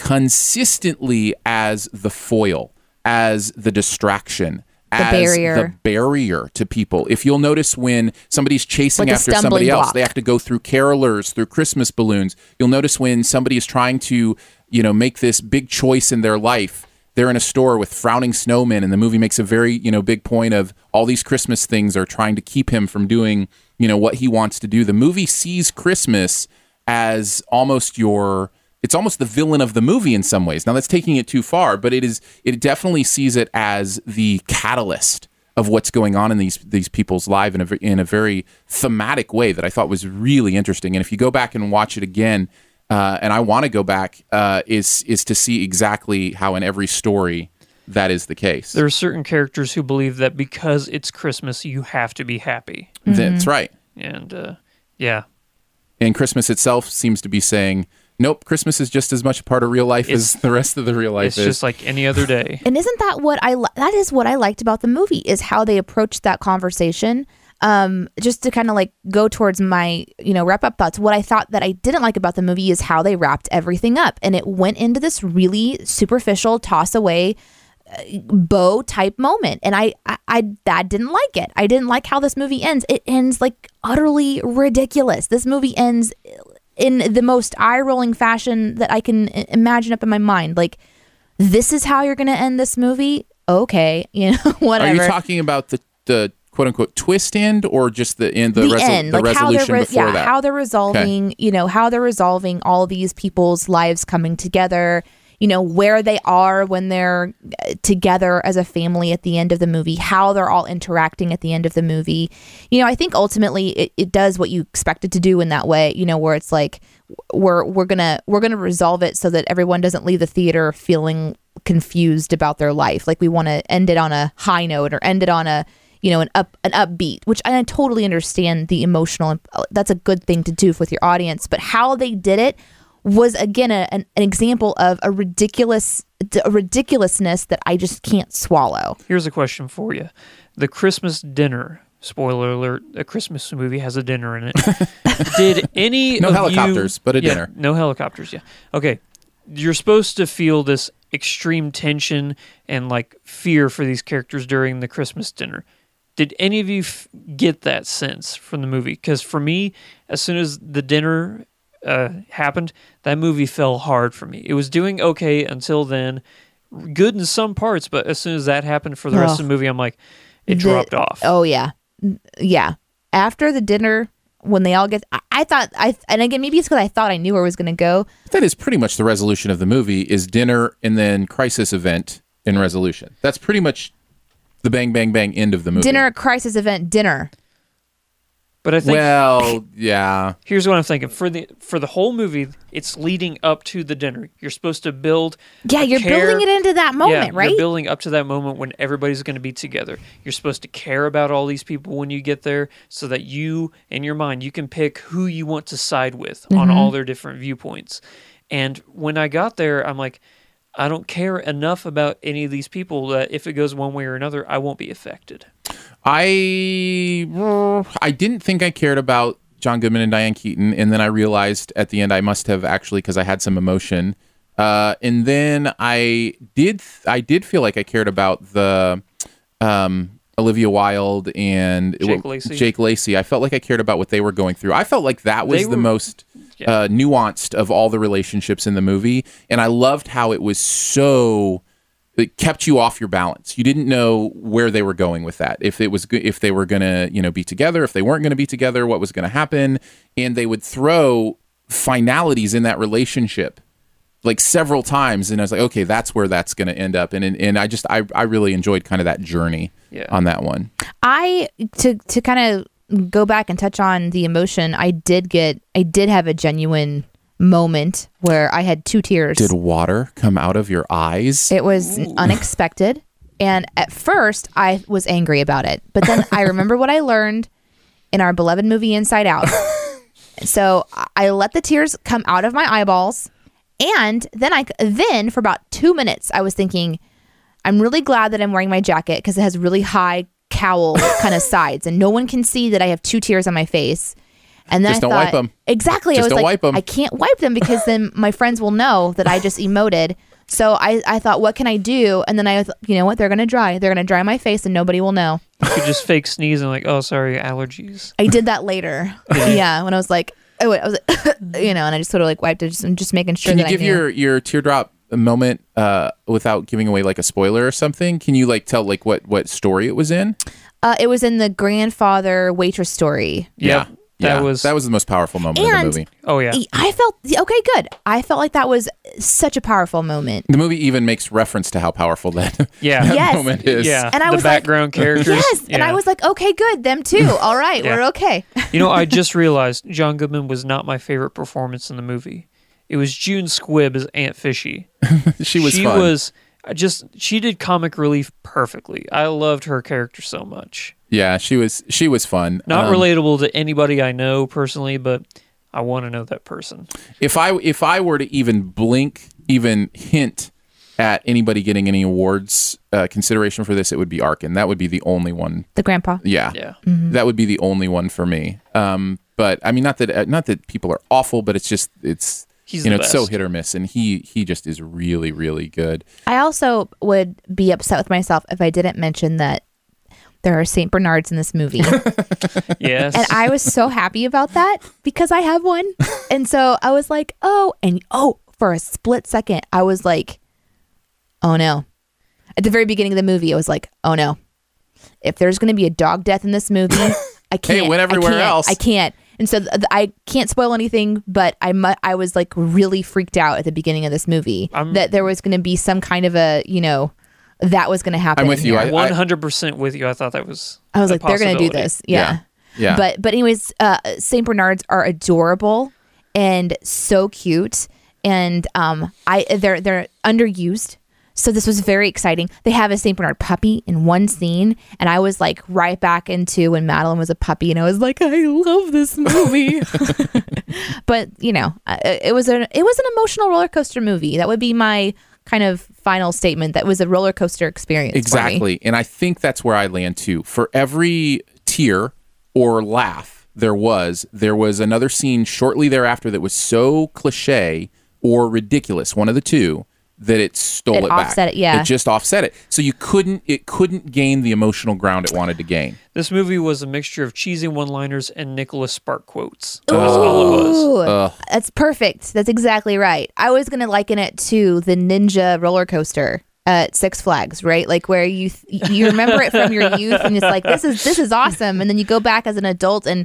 Speaker 1: consistently as the foil, as the distraction. as
Speaker 2: barrier.
Speaker 1: the barrier to people. If you'll notice when somebody's chasing
Speaker 2: Like a
Speaker 1: after somebody
Speaker 2: stumbling
Speaker 1: else,
Speaker 2: block.
Speaker 1: they have to go through carolers, through Christmas balloons. You'll notice when somebody is trying to, you know, make this big choice in their life, they're in a store with frowning snowmen, and the movie makes a very, you know, big point of all these Christmas things are trying to keep him from doing, you know, what he wants to do. The movie sees Christmas as almost your it's almost the villain of the movie in some ways. Now that's taking it too far, but it is it definitely sees it as the catalyst of what's going on in these these people's lives in a ve- in a very thematic way that I thought was really interesting. And if you go back and watch it again, uh, and I want to go back, uh, is is to see exactly how in every story that is the case.
Speaker 3: There are certain characters who believe that because it's Christmas, you have to be happy.
Speaker 2: Mm-hmm.
Speaker 1: That's right.
Speaker 3: And uh, yeah,
Speaker 1: And Christmas itself seems to be saying, "Nope, Christmas is just as much a part of real life
Speaker 3: It's-
Speaker 1: as the rest of the real life
Speaker 3: it's
Speaker 1: is."
Speaker 3: just like any other day.
Speaker 2: And isn't that what I li- that is what I liked about the movie is how they approached that conversation um, just to kind of like go towards my you know wrap up thoughts what i thought that i didn't like about the movie is how they wrapped everything up and it went into this really superficial toss away bow type moment and I, I i that didn't like it i didn't like how this movie ends it ends like utterly ridiculous this movie ends in the most eye-rolling fashion that i can i- imagine up in my mind like this is how you're gonna end this movie okay you know
Speaker 1: Are
Speaker 2: whatever
Speaker 1: you talking about the the quote unquote twist end or just the end the,
Speaker 2: the,
Speaker 1: resol-
Speaker 2: end,
Speaker 1: the
Speaker 2: like how they're
Speaker 1: resolution
Speaker 2: re-
Speaker 1: before
Speaker 2: yeah,
Speaker 1: that?
Speaker 2: how they're resolving, you know, how they're resolving all these people's lives coming together, you know, where they are when they're uh, together as a family at the end of the movie, how they're all interacting at the end of the movie. You know, I think ultimately it, it does what you expect it to do in that way, you know, where it's like we're we're gonna we're gonna resolve it so that everyone doesn't leave the theater feeling confused about their life. Like we want to end it on a high note or end it on a you know an up an upbeat, which I totally understand the emotional. That's a good thing to do with your audience, but how they did it was again a, an, an example of a ridiculous a ridiculousness that I just can't swallow.
Speaker 3: Here's a question for you: The Christmas dinner. Spoiler alert: A Christmas movie has a dinner in it. Did any
Speaker 1: No
Speaker 3: of
Speaker 1: helicopters,
Speaker 3: you,
Speaker 1: but a
Speaker 3: Yeah,
Speaker 1: dinner.
Speaker 3: No helicopters. Yeah. Okay. You're supposed to feel this extreme tension and like fear for these characters during the Christmas dinner. Did any of you f- get that sense from the movie? Because for me, as soon as the dinner uh, happened, that movie fell hard for me. It was doing okay until then, good in some parts, but as soon as that happened for the rest of the movie, I'm like, it
Speaker 2: The-
Speaker 3: dropped off.
Speaker 2: Oh yeah, N- yeah. After the dinner, when they all get, I, I thought I and again maybe it's because I thought I knew where it was going to go.
Speaker 1: That is pretty much the resolution of the movie is dinner and then crisis event and resolution. That's pretty much the bang bang bang end of the movie.
Speaker 2: Dinner crisis event dinner.
Speaker 3: But I think
Speaker 1: Well, yeah.
Speaker 3: here's what I'm thinking for the for the whole movie, it's leading up to the dinner. You're supposed to build.
Speaker 2: Yeah,
Speaker 3: a
Speaker 2: you're
Speaker 3: care-
Speaker 2: building it into that moment,
Speaker 3: yeah,
Speaker 2: right?
Speaker 3: You're building up to that moment when everybody's going to be together. You're supposed to care about all these people when you get there, so that you, in your mind, you can pick who you want to side with on
Speaker 2: Mm-hmm.
Speaker 3: all their different viewpoints. And when I got there, I'm like, I don't care enough about any of these people that if it goes one way or another, I won't be affected.
Speaker 1: I I didn't think I cared about John Goodman and Diane Keaton, and then I realized at the end I must have actually because I had some emotion. Uh, and then I did I did feel like I cared about the um, Olivia Wilde and
Speaker 3: Jake Lacy.
Speaker 1: Jake Lacy. I felt like I cared about what they were going through. I felt like that was
Speaker 3: They
Speaker 1: the
Speaker 3: were-
Speaker 1: most uh, nuanced of all the relationships in the movie, and I loved how it was so it kept you off your balance. You didn't know where they were going with that. If it was go- if they were going to, you know, be together, if they weren't going to be together, what was going to happen, and they would throw finalities in that relationship like several times and I was like, "Okay, that's where that's going to end up." And and, and I just I, I really enjoyed kind of that journey
Speaker 3: Yeah.
Speaker 1: on that one.
Speaker 2: I to to kind of go back and touch on the emotion. I did get I did have a genuine moment where I had two tears.
Speaker 1: Did water come out of your eyes?
Speaker 2: It was unexpected. And at first, I was angry about it. But then I remember what I learned in our beloved movie Inside Out. so I- I let the tears come out of my eyeballs. And then I then for about 2 minutes I was thinking I'm really glad that I'm wearing my jacket cuz it has really high cowl kind of sides and no one can see that I have two tears on my face. And then
Speaker 1: Just
Speaker 2: I
Speaker 1: don't wipe
Speaker 2: thought-
Speaker 1: 'em.
Speaker 2: Exactly.
Speaker 1: Just
Speaker 2: I was
Speaker 1: don't
Speaker 2: like,
Speaker 1: wipe 'em.
Speaker 2: I can't wipe them because then my friends will know that I just emoted. So I, I thought, what can I do? And then I, th- you know what? They're going to dry. They're going to dry my face and nobody will know.
Speaker 3: You could just fake sneeze and like, oh, sorry, allergies.
Speaker 2: I did that later. yeah. When I was like, oh, wait, I was like, you know, and I just sort of like wiped it, just, just making sure
Speaker 1: Can
Speaker 2: that
Speaker 1: you give
Speaker 2: I knew.
Speaker 1: your your teardrop moment uh, without giving away like a spoiler or something? Can you like tell like what what story it was in?
Speaker 2: uh, it was in the grandfather waitress story.
Speaker 3: Yep, That
Speaker 1: Yeah.
Speaker 3: was
Speaker 1: that was the most powerful moment in the
Speaker 2: And- e,
Speaker 1: movie.
Speaker 3: Oh yeah.
Speaker 2: I felt, okay, good. I felt like that was such a powerful moment.
Speaker 1: The movie even makes reference to how powerful that,
Speaker 3: Yeah.
Speaker 1: that
Speaker 2: Yes.
Speaker 1: moment is.
Speaker 3: Yeah.
Speaker 2: And I
Speaker 3: the
Speaker 2: was like-
Speaker 3: background characters.
Speaker 2: Yes. And I
Speaker 3: Yeah.
Speaker 2: was like, okay, good. Them too. All right.
Speaker 3: Yeah.
Speaker 2: We're okay.
Speaker 3: You know, I just realized John Goodman was not my favorite performance in the movie. It was June Squibb as Aunt Fishy.
Speaker 1: She was
Speaker 3: she
Speaker 1: fun.
Speaker 3: was I just she did comic relief perfectly. I loved her character so much.
Speaker 1: Yeah, she was she was fun.
Speaker 3: Not
Speaker 1: Um,
Speaker 3: relatable to anybody I know personally, but I want to know that person.
Speaker 1: If I if I were to even blink, even hint at anybody getting any awards uh, consideration for this, it would be Arkin. That would be the only one
Speaker 2: The grandpa.
Speaker 1: yeah,
Speaker 3: Yeah.
Speaker 2: Mm-hmm.
Speaker 1: that would be the only one for me. Um, but I mean, not that uh, not that people are awful, but it's just it's
Speaker 3: He's
Speaker 1: you know
Speaker 3: the
Speaker 1: it's so
Speaker 3: best.
Speaker 1: hit or miss, and he he just is really really good.
Speaker 2: I also would be upset with myself if I didn't mention that there are St. Bernards in this movie.
Speaker 3: Yes.
Speaker 2: and I was so happy about that because I have one. And so I was like, oh, and oh, for a split second, I was like, oh no. At the very beginning of the movie, I was like, oh no. If there's going to be a dog death in this movie, I can't.
Speaker 1: went
Speaker 2: I
Speaker 1: everywhere
Speaker 2: can't,
Speaker 1: else.
Speaker 2: I can't. And so th- th- I can't spoil anything, but I mu- I was like really freaked out at the beginning of this movie
Speaker 3: I'm-
Speaker 2: that there was going to be some kind of a, you know, that was going to happen.
Speaker 1: I'm with you.
Speaker 2: here.
Speaker 1: I,
Speaker 3: One
Speaker 1: I,
Speaker 3: hundred percent with you. I thought that was.
Speaker 2: I was
Speaker 3: a
Speaker 2: like, they're going to do
Speaker 3: possibility.
Speaker 2: this. Yeah.
Speaker 1: Yeah. Yeah.
Speaker 2: But but anyways, uh, Saint Bernards are adorable and so cute, and um, I they're they're underused. So this was very exciting. They have a Saint Bernard puppy in one scene, and I was like right back into when Madeline was a puppy, and I was like, I love this movie. but you know, uh, it was an it was an emotional roller coaster movie. That would be my kind of final statement. That was a roller coaster experience. for me.
Speaker 1: exactly, and I think that's where I land too. For every tear or laugh there was, there was another scene shortly thereafter that was so cliche or ridiculous, one of the two, that it stole
Speaker 2: It
Speaker 1: it, back.
Speaker 2: offset it, yeah.
Speaker 1: it just offset it. So you couldn't it couldn't gain the emotional ground it wanted to gain.
Speaker 3: This movie was a mixture of cheesy one-liners and Nicholas Spark quotes.
Speaker 1: Uh,
Speaker 3: That was all it was.
Speaker 2: Ooh, that's perfect. That's exactly right. I was gonna liken it to the ninja roller coaster at Six Flags, right? Like where you th- you remember it from your youth, and it's like this is this is awesome, and then you go back as an adult and.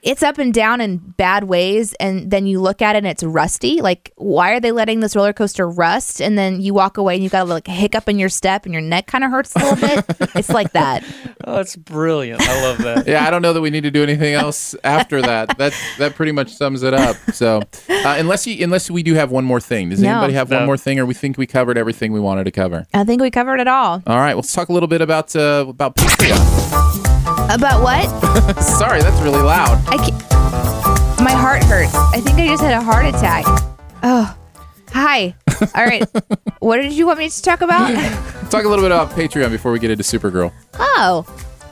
Speaker 2: It's up and down in bad ways, and then you look at it and it's rusty. Like, why are they letting this roller coaster rust? And then you walk away and you got a like hiccup in your step, and your neck kind of hurts a little bit. it's like that.
Speaker 3: Oh, that's brilliant. I love that.
Speaker 1: yeah, I don't know that we need to do anything else after that. That that pretty much sums it up. So, uh, unless you unless we do have one more thing, does
Speaker 2: No.
Speaker 1: anybody have one
Speaker 3: No.
Speaker 1: more thing, or we think we covered everything we wanted to cover?
Speaker 2: I think we covered it all.
Speaker 1: All right, let's talk a little bit about uh, about Patreon.
Speaker 2: About what?
Speaker 1: Sorry, that's really loud.
Speaker 2: I can't. My heart hurts. I think I just had a heart attack. Oh, hi. All right. what did you want me to talk about?
Speaker 1: Talk a little bit about Patreon before we get into Supergirl.
Speaker 2: Oh,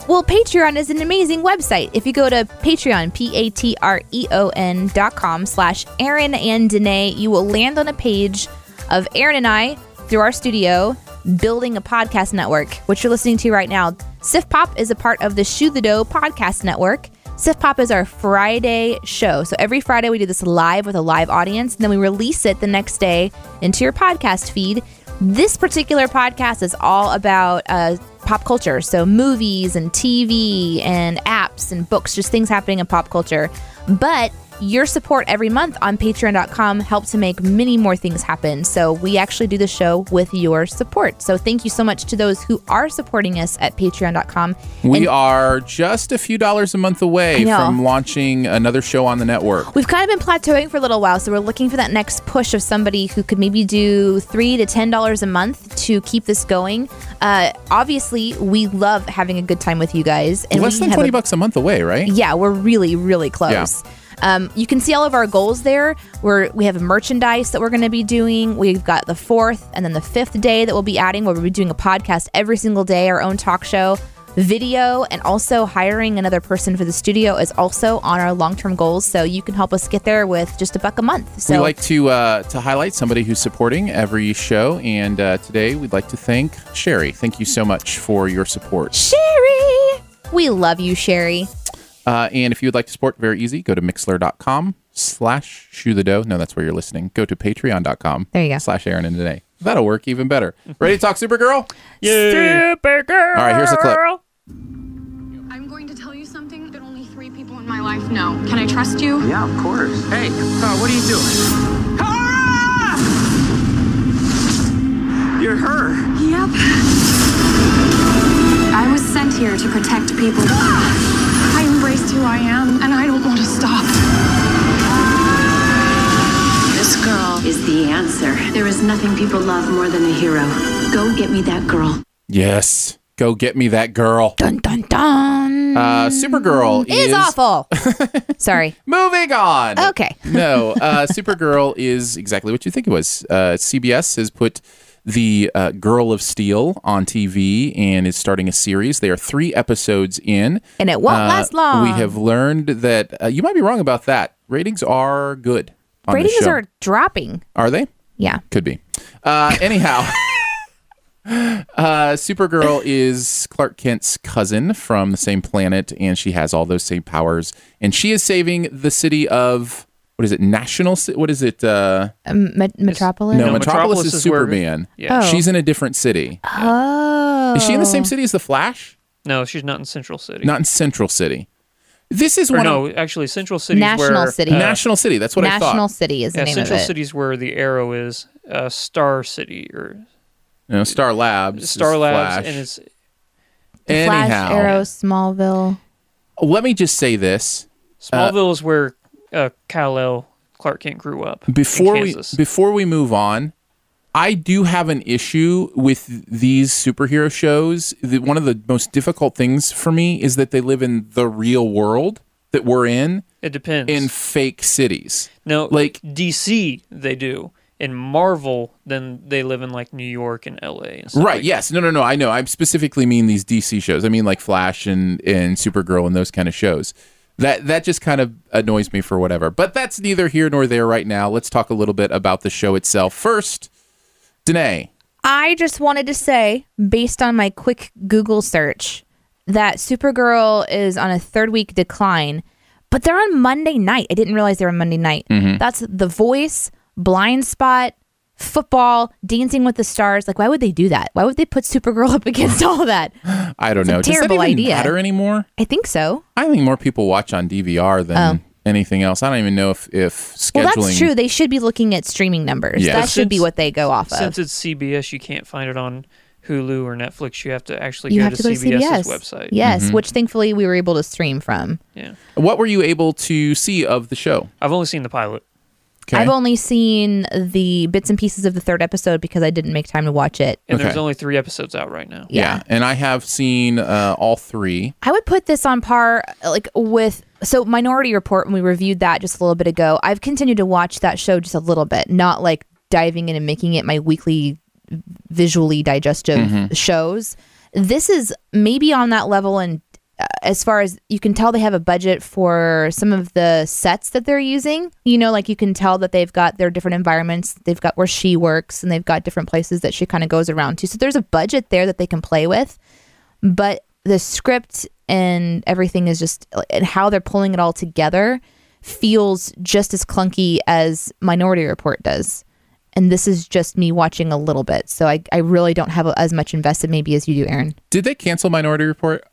Speaker 2: well, Patreon is an amazing website. If you go to Patreon, P-A-T-R-E-O-N E dot com slash Aaron and Danae, you will land on a page of Aaron and I through our studio building a podcast network, which you're listening to right now. Sif Pop is a part of the Shoe the Dough podcast network. Sif Pop is our Friday show. So every Friday we do this live with a live audience, and then we release it the next day into your podcast feed. This particular podcast is all about uh, pop culture, so movies and TV and apps and books, just things happening in pop culture. But your support every month on patreon.com helps to make many more things happen. So we actually do the show with your support. So thank you so much to those who are supporting us at patreon.com.
Speaker 1: We
Speaker 2: And-
Speaker 1: are just a few dollars a month away
Speaker 2: I know.
Speaker 1: from launching another show on the network.
Speaker 2: We've kind of been plateauing for a little while, so we're looking for that next push of somebody who could maybe do three to ten dollars a month to keep this going. Uh, obviously, we love having a good time with you guys, and
Speaker 1: Less
Speaker 2: we
Speaker 1: than
Speaker 2: have
Speaker 1: twenty
Speaker 2: a-
Speaker 1: bucks a month away, right?
Speaker 2: Yeah, we're really, really close. Um, you can see all of our goals there. We're we have merchandise that we're going to be doing. We've got the fourth and then the fifth day that we'll be adding. where We'll be doing a podcast every single day, our own talk show, video, and also hiring another person for the studio is also on our long term goals. So you can help us get there with just a buck a month. So
Speaker 1: We like to uh, to highlight somebody who's supporting every show, and uh, today we'd like to thank Sherry. Thank you so much for your support.
Speaker 2: Sherry, we love you, Sherry.
Speaker 1: Uh, and if you would like to support, very easy. Go to mixler.com slash shoe the dough. No, that's where you're listening. Go to patreon.com.
Speaker 2: There you go.
Speaker 1: Slash Aaron and today. That'll work even better. Ready to talk Supergirl?
Speaker 2: Supergirl.
Speaker 1: All right, here's the clip.
Speaker 8: I'm going to tell you something that only three people in my life know. Can I trust you?
Speaker 5: Yeah, of course. Hey, what are you doing? You're her.
Speaker 8: Yep. I was sent here to protect people.
Speaker 5: Ah!
Speaker 8: I embraced who I am, and I don't want to stop.
Speaker 9: This girl is the answer. There is nothing people love more than a hero. Go get me that girl.
Speaker 1: Yes. Go get me that girl.
Speaker 2: Dun dun dun.
Speaker 1: Uh, Supergirl
Speaker 2: is
Speaker 1: is
Speaker 2: awful. Sorry.
Speaker 1: Moving on.
Speaker 2: Okay.
Speaker 1: no, uh, Supergirl is exactly what you think it was. Uh, CBS has put the uh, Girl of Steel on TV and is starting a series. They are three episodes in. Uh,
Speaker 2: And it won't last long.
Speaker 1: We have learned that uh, you might be wrong about that. Ratings are good. On this
Speaker 2: Ratings
Speaker 1: show.
Speaker 2: are dropping.
Speaker 1: Are they?
Speaker 2: Yeah.
Speaker 1: Could be. Uh, anyhow, uh, Supergirl is Clark Kent's cousin from the same planet, and she has all those same powers. And she is saving the city of what is it? National? Ci- What is it? Uh,
Speaker 2: Um, Met- Metropolis.
Speaker 1: no,
Speaker 3: No,
Speaker 1: Metropolis,
Speaker 3: Metropolis
Speaker 1: is,
Speaker 3: is where-
Speaker 1: Superman.
Speaker 3: Yeah.
Speaker 2: Oh.
Speaker 1: She's in a different city.
Speaker 2: Oh.
Speaker 1: Is she in the same city as the Flash?
Speaker 3: No, she's not in Central City.
Speaker 1: Not in Central City. This is
Speaker 3: or
Speaker 1: one
Speaker 3: no,
Speaker 1: of
Speaker 3: actually, Central City.
Speaker 2: National
Speaker 3: where,
Speaker 2: City.
Speaker 3: uh,
Speaker 1: National City. That's what I
Speaker 2: National
Speaker 1: thought.
Speaker 2: City is the
Speaker 3: yeah,
Speaker 2: name
Speaker 3: Central
Speaker 2: of it.
Speaker 3: City's where the Arrow is. Uh, Star City or
Speaker 1: No, Star Labs.
Speaker 3: Star
Speaker 1: is
Speaker 3: Labs,
Speaker 1: Flash.
Speaker 3: and it's
Speaker 1: anyhow.
Speaker 2: Flash, Arrow, Smallville.
Speaker 1: Let me just say this.
Speaker 3: Smallville is where uh, Kal El Clark Kent grew up. in
Speaker 1: before we
Speaker 3: Kansas.
Speaker 1: before we move on i do have an issue with these superhero shows the, one of the most difficult things for me is that they live in the real world that we're in
Speaker 3: it depends.
Speaker 1: in fake cities
Speaker 3: no,
Speaker 1: like-
Speaker 3: like DC, they do. In Marvel, then they live in like New York and L.A. And stuff
Speaker 1: right
Speaker 3: like
Speaker 1: yes no no no i know i specifically mean these dc shows i mean like flash and and supergirl and those kind of shows that that just kind of annoys me for whatever but that's neither here nor there right now let's talk a little bit about the show itself first danae
Speaker 2: I just wanted to say, based on my quick Google search, that Supergirl is on a third week decline, but they're on Monday night. I didn't realize they were on Monday night.
Speaker 1: Mm-hmm.
Speaker 2: That's The Voice, Blind Spot, football, Dancing with the Stars. Like, why would they do that? Why would they put Supergirl up against all that?
Speaker 1: i don't
Speaker 2: a
Speaker 1: know does that
Speaker 2: terrible
Speaker 1: even
Speaker 2: idea.
Speaker 1: matter anymore
Speaker 2: I think so.
Speaker 1: I think more people watch on DVR than anything else. I don't even know if if scheduling.
Speaker 2: Oh. Well, that's true. They should be looking at streaming numbers.
Speaker 1: Yeah.
Speaker 2: That
Speaker 1: But
Speaker 2: should be
Speaker 3: since-
Speaker 2: what they go off of.
Speaker 3: Since it's CBS, you can't find it on Hulu or Netflix. You have to actually
Speaker 2: You
Speaker 3: go,
Speaker 2: have to
Speaker 3: to,
Speaker 2: go to
Speaker 3: CBS's
Speaker 2: CBS
Speaker 3: website.
Speaker 2: Yes,
Speaker 1: Mm-hmm.
Speaker 2: which thankfully we were able to stream from.
Speaker 3: Yeah.
Speaker 1: What were you able to see of the show?
Speaker 3: I've only seen the pilot.
Speaker 1: Okay.
Speaker 2: I've only seen the bits and pieces of the third episode because I didn't make time to watch it.
Speaker 3: And there's
Speaker 1: Okay.
Speaker 3: only three episodes out right now.
Speaker 1: yeah. and I have seen uh, all three.
Speaker 2: I would put this on par like with so Minority Report when we reviewed that just a little bit ago. I've continued to watch that show just a little bit, not like diving in and making it my weekly visually digestive shows. This is maybe on that level and uh, as far as you can tell they have a budget for some of the sets that they're using. You know, like you can tell that they've got their different environments, they've got where she works and they've got different places that she kind of goes around to. So there's a budget there that they can play with but the script and everything is just and how they're pulling it all together feels just as clunky as minority report does and this is just me watching a little bit so i, I really don't have as much invested maybe as you do aaron
Speaker 1: Did they cancel Minority Report?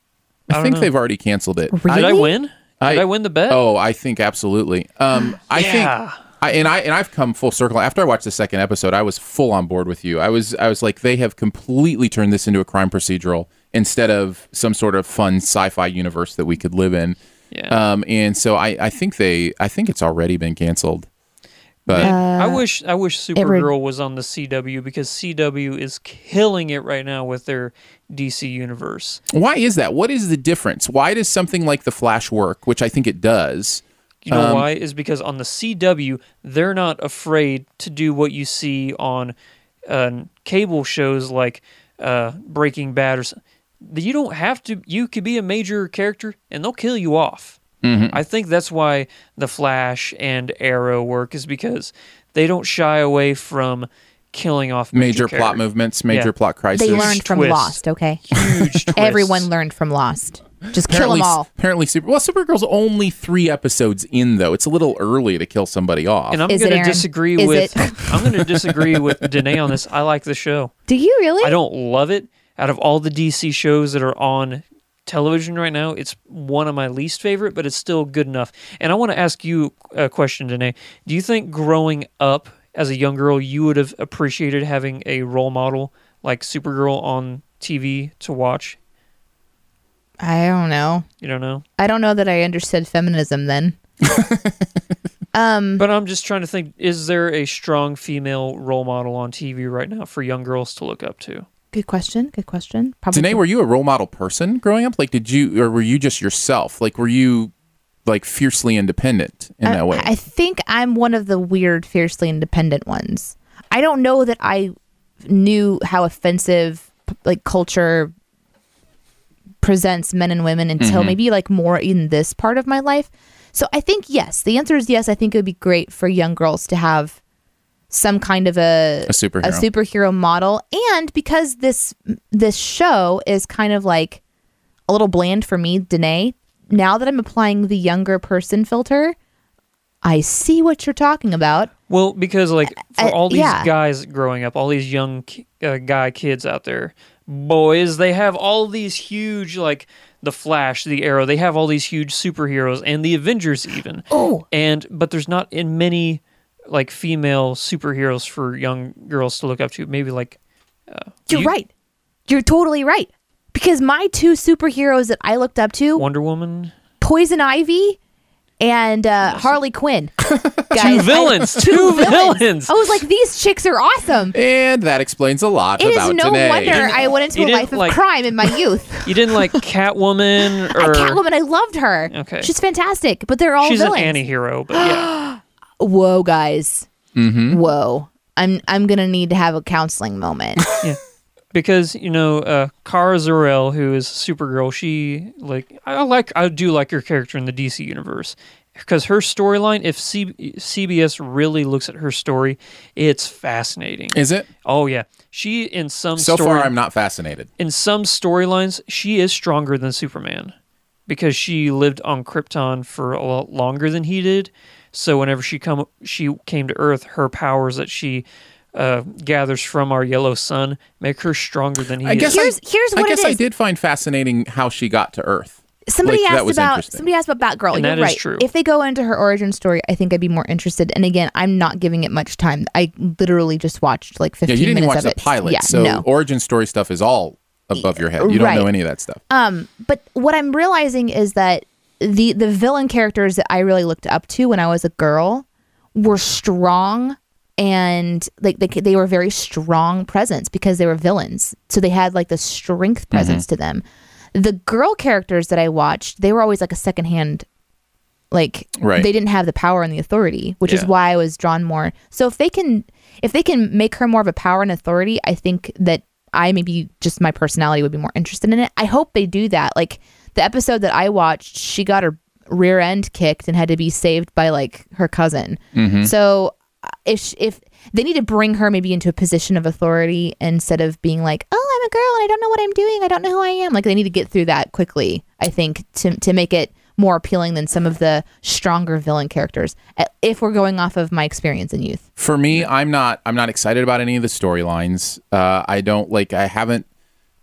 Speaker 1: I, think they've already canceled it.
Speaker 2: Really?
Speaker 3: Did I win? Did I, win the bet?
Speaker 1: Oh, I think absolutely. Um, I
Speaker 3: Yeah.
Speaker 1: think. I, and I and I've come full circle. After I watched the second episode, I was full on board with you. I was I was like, they have completely turned this into a crime procedural instead of some sort of fun sci-fi universe that we could live in.
Speaker 3: Yeah.
Speaker 1: Um, and so I I think they I think it's already been canceled. But
Speaker 3: I wish I wish
Speaker 2: Uh, it would-
Speaker 3: Supergirl was on the CW because CW is killing it right now with their DC universe.
Speaker 1: why is that? What is the difference? Why does something like the Flash work, which I think it does?
Speaker 3: You know why? Is because on the CW they're not afraid to do what you see on uh, cable shows like uh, Breaking Bad or something. You don't have to. You could be a major character and they'll kill you off. I think that's why the Flash and Arrow work is because they don't shy away from killing off major,
Speaker 1: Major plot
Speaker 3: characters.
Speaker 1: movements, major
Speaker 3: Yeah.
Speaker 1: plot crises.
Speaker 2: they learned from
Speaker 3: twist.
Speaker 2: lost okay
Speaker 3: Huge twists.
Speaker 2: everyone learned from lost just kill them all
Speaker 1: Apparently, Super. Well, Supergirl's only three episodes in, though. It's a little early to kill somebody off.
Speaker 3: And I'm
Speaker 2: Is it,
Speaker 3: going to
Speaker 2: Aaron?
Speaker 3: disagree
Speaker 2: Is
Speaker 3: with
Speaker 2: it?
Speaker 3: I'm going to disagree with Danae on this. I like the show.
Speaker 2: do you really
Speaker 3: I don't love it. Out of all the DC shows that are on television right now, it's one of my least favorite, but it's still good enough. And I want to ask you a question, Danae. Do you think growing up as a young girl, you would have appreciated having a role model like Supergirl on TV to watch?
Speaker 2: i don't know
Speaker 3: You don't know,
Speaker 2: i don't know that i understood feminism then
Speaker 3: but I'm just trying to think: is there a strong female role model on TV right now for young girls to look up to?
Speaker 2: good question good question probably
Speaker 1: Danae, were you a role model person growing up? Like, did you, or were you just yourself? Like, were you like fiercely independent in
Speaker 2: I-
Speaker 1: that way?
Speaker 2: I think I'm one of the weird, fiercely independent ones. I don't know that I knew how offensive p- like culture presents men and women until
Speaker 1: Mm-hmm.
Speaker 2: maybe like more in this part of my life. So I think yes, the answer is yes. I think it would be great for young girls to have some kind of a
Speaker 1: A superhero.
Speaker 2: a superhero model, and because this this show is kind of like a little bland for me, Danae. Now that I'm applying the younger person filter, I see what you're talking about.
Speaker 3: Well, because like for
Speaker 2: uh,
Speaker 3: all these
Speaker 2: yeah.
Speaker 3: guys growing up, all these young ki- uh, guy kids out there, boys, they have all these huge like the Flash, the Arrow, they have all these huge superheroes and the Avengers even. Oh. And but there's not in many like female superheroes for young girls to look up to. Maybe like
Speaker 2: You're
Speaker 3: You-
Speaker 2: right. You're totally right. Because my two superheroes that I looked up to,
Speaker 3: Wonder Woman.
Speaker 2: Poison Ivy and uh, Harley Quinn.
Speaker 3: Two
Speaker 2: Guys,
Speaker 3: villains, two villains.
Speaker 2: I was like, these chicks are awesome.
Speaker 1: And that explains a lot
Speaker 2: It
Speaker 1: about
Speaker 2: is no
Speaker 1: today.
Speaker 2: wonder I went into
Speaker 3: you
Speaker 2: a
Speaker 3: didn't
Speaker 2: life of
Speaker 3: like-
Speaker 2: crime in my youth.
Speaker 3: You didn't like Catwoman
Speaker 2: I
Speaker 3: or
Speaker 2: Catwoman, I loved her.
Speaker 3: Okay.
Speaker 2: She's fantastic, but they're all
Speaker 3: she's
Speaker 2: villains.
Speaker 3: an anti-hero, but yeah.
Speaker 2: Whoa, guys.
Speaker 1: Mm-hmm.
Speaker 2: Whoa. I'm I'm gonna need to have a counseling moment.
Speaker 3: because you know uh, Kara Zor-El, who is Supergirl, she like I like I do like her character in the DC universe because her storyline, if C- CBS really looks at her story, it's fascinating.
Speaker 1: Is it?
Speaker 3: oh yeah, she in some
Speaker 1: So
Speaker 3: story,
Speaker 1: far, I'm not fascinated.
Speaker 3: in some storylines she is stronger than Superman because she lived on Krypton for a lot longer than he did. So whenever she come she came to Earth, her powers that she uh, gathers from our yellow sun make her stronger than he
Speaker 1: I
Speaker 3: is.
Speaker 1: guess
Speaker 2: Here's-
Speaker 1: I,
Speaker 2: here's what
Speaker 1: I
Speaker 2: it
Speaker 1: guess I
Speaker 2: is.
Speaker 1: did find fascinating how she got to Earth.
Speaker 2: Somebody
Speaker 1: Like, that
Speaker 2: asked
Speaker 1: was
Speaker 2: about
Speaker 1: interesting.
Speaker 2: somebody asked about Batgirl.
Speaker 3: And
Speaker 2: You're
Speaker 3: that is
Speaker 2: right.
Speaker 3: true.
Speaker 2: If they go into her origin story, I think I'd be more interested. And again, I'm not giving it much time. I literally just watched like 15
Speaker 1: Yeah, you didn't even
Speaker 2: minutes
Speaker 1: watch
Speaker 2: of
Speaker 1: the
Speaker 2: it.
Speaker 1: pilot,
Speaker 2: Yeah,
Speaker 1: so
Speaker 2: no.
Speaker 1: origin story stuff is all above your head. You don't know
Speaker 2: Right.
Speaker 1: any of that stuff.
Speaker 2: Um, but what I'm realizing is that the the villain characters that I really looked up to when I was a girl were strong and like they, they were very strong presence because they were villains. So they had like the strength presence to them. The girl characters that I watched, they were always like a secondhand like
Speaker 1: Right.
Speaker 2: they didn't have the power and the authority, which is
Speaker 1: Yeah.
Speaker 2: why I was drawn more. So if they can if they can make her more of a power and authority, I think that I maybe just my personality would be more interested in it. I hope they do that. Like the episode that I watched, she got her rear end kicked and had to be saved by like her cousin.
Speaker 1: Mm-hmm.
Speaker 2: So uh, if sh- if they need to bring her maybe into a position of authority instead of being like, "Oh, I'm a girl and I don't know what I'm doing. I don't know who I am." Like they need to get through that quickly, I think, to to make it more appealing than some of the stronger villain characters. uh, If we're going off of my experience in youth.
Speaker 1: For me, I'm not I'm not excited about any of the storylines. Uh, I don't like I haven't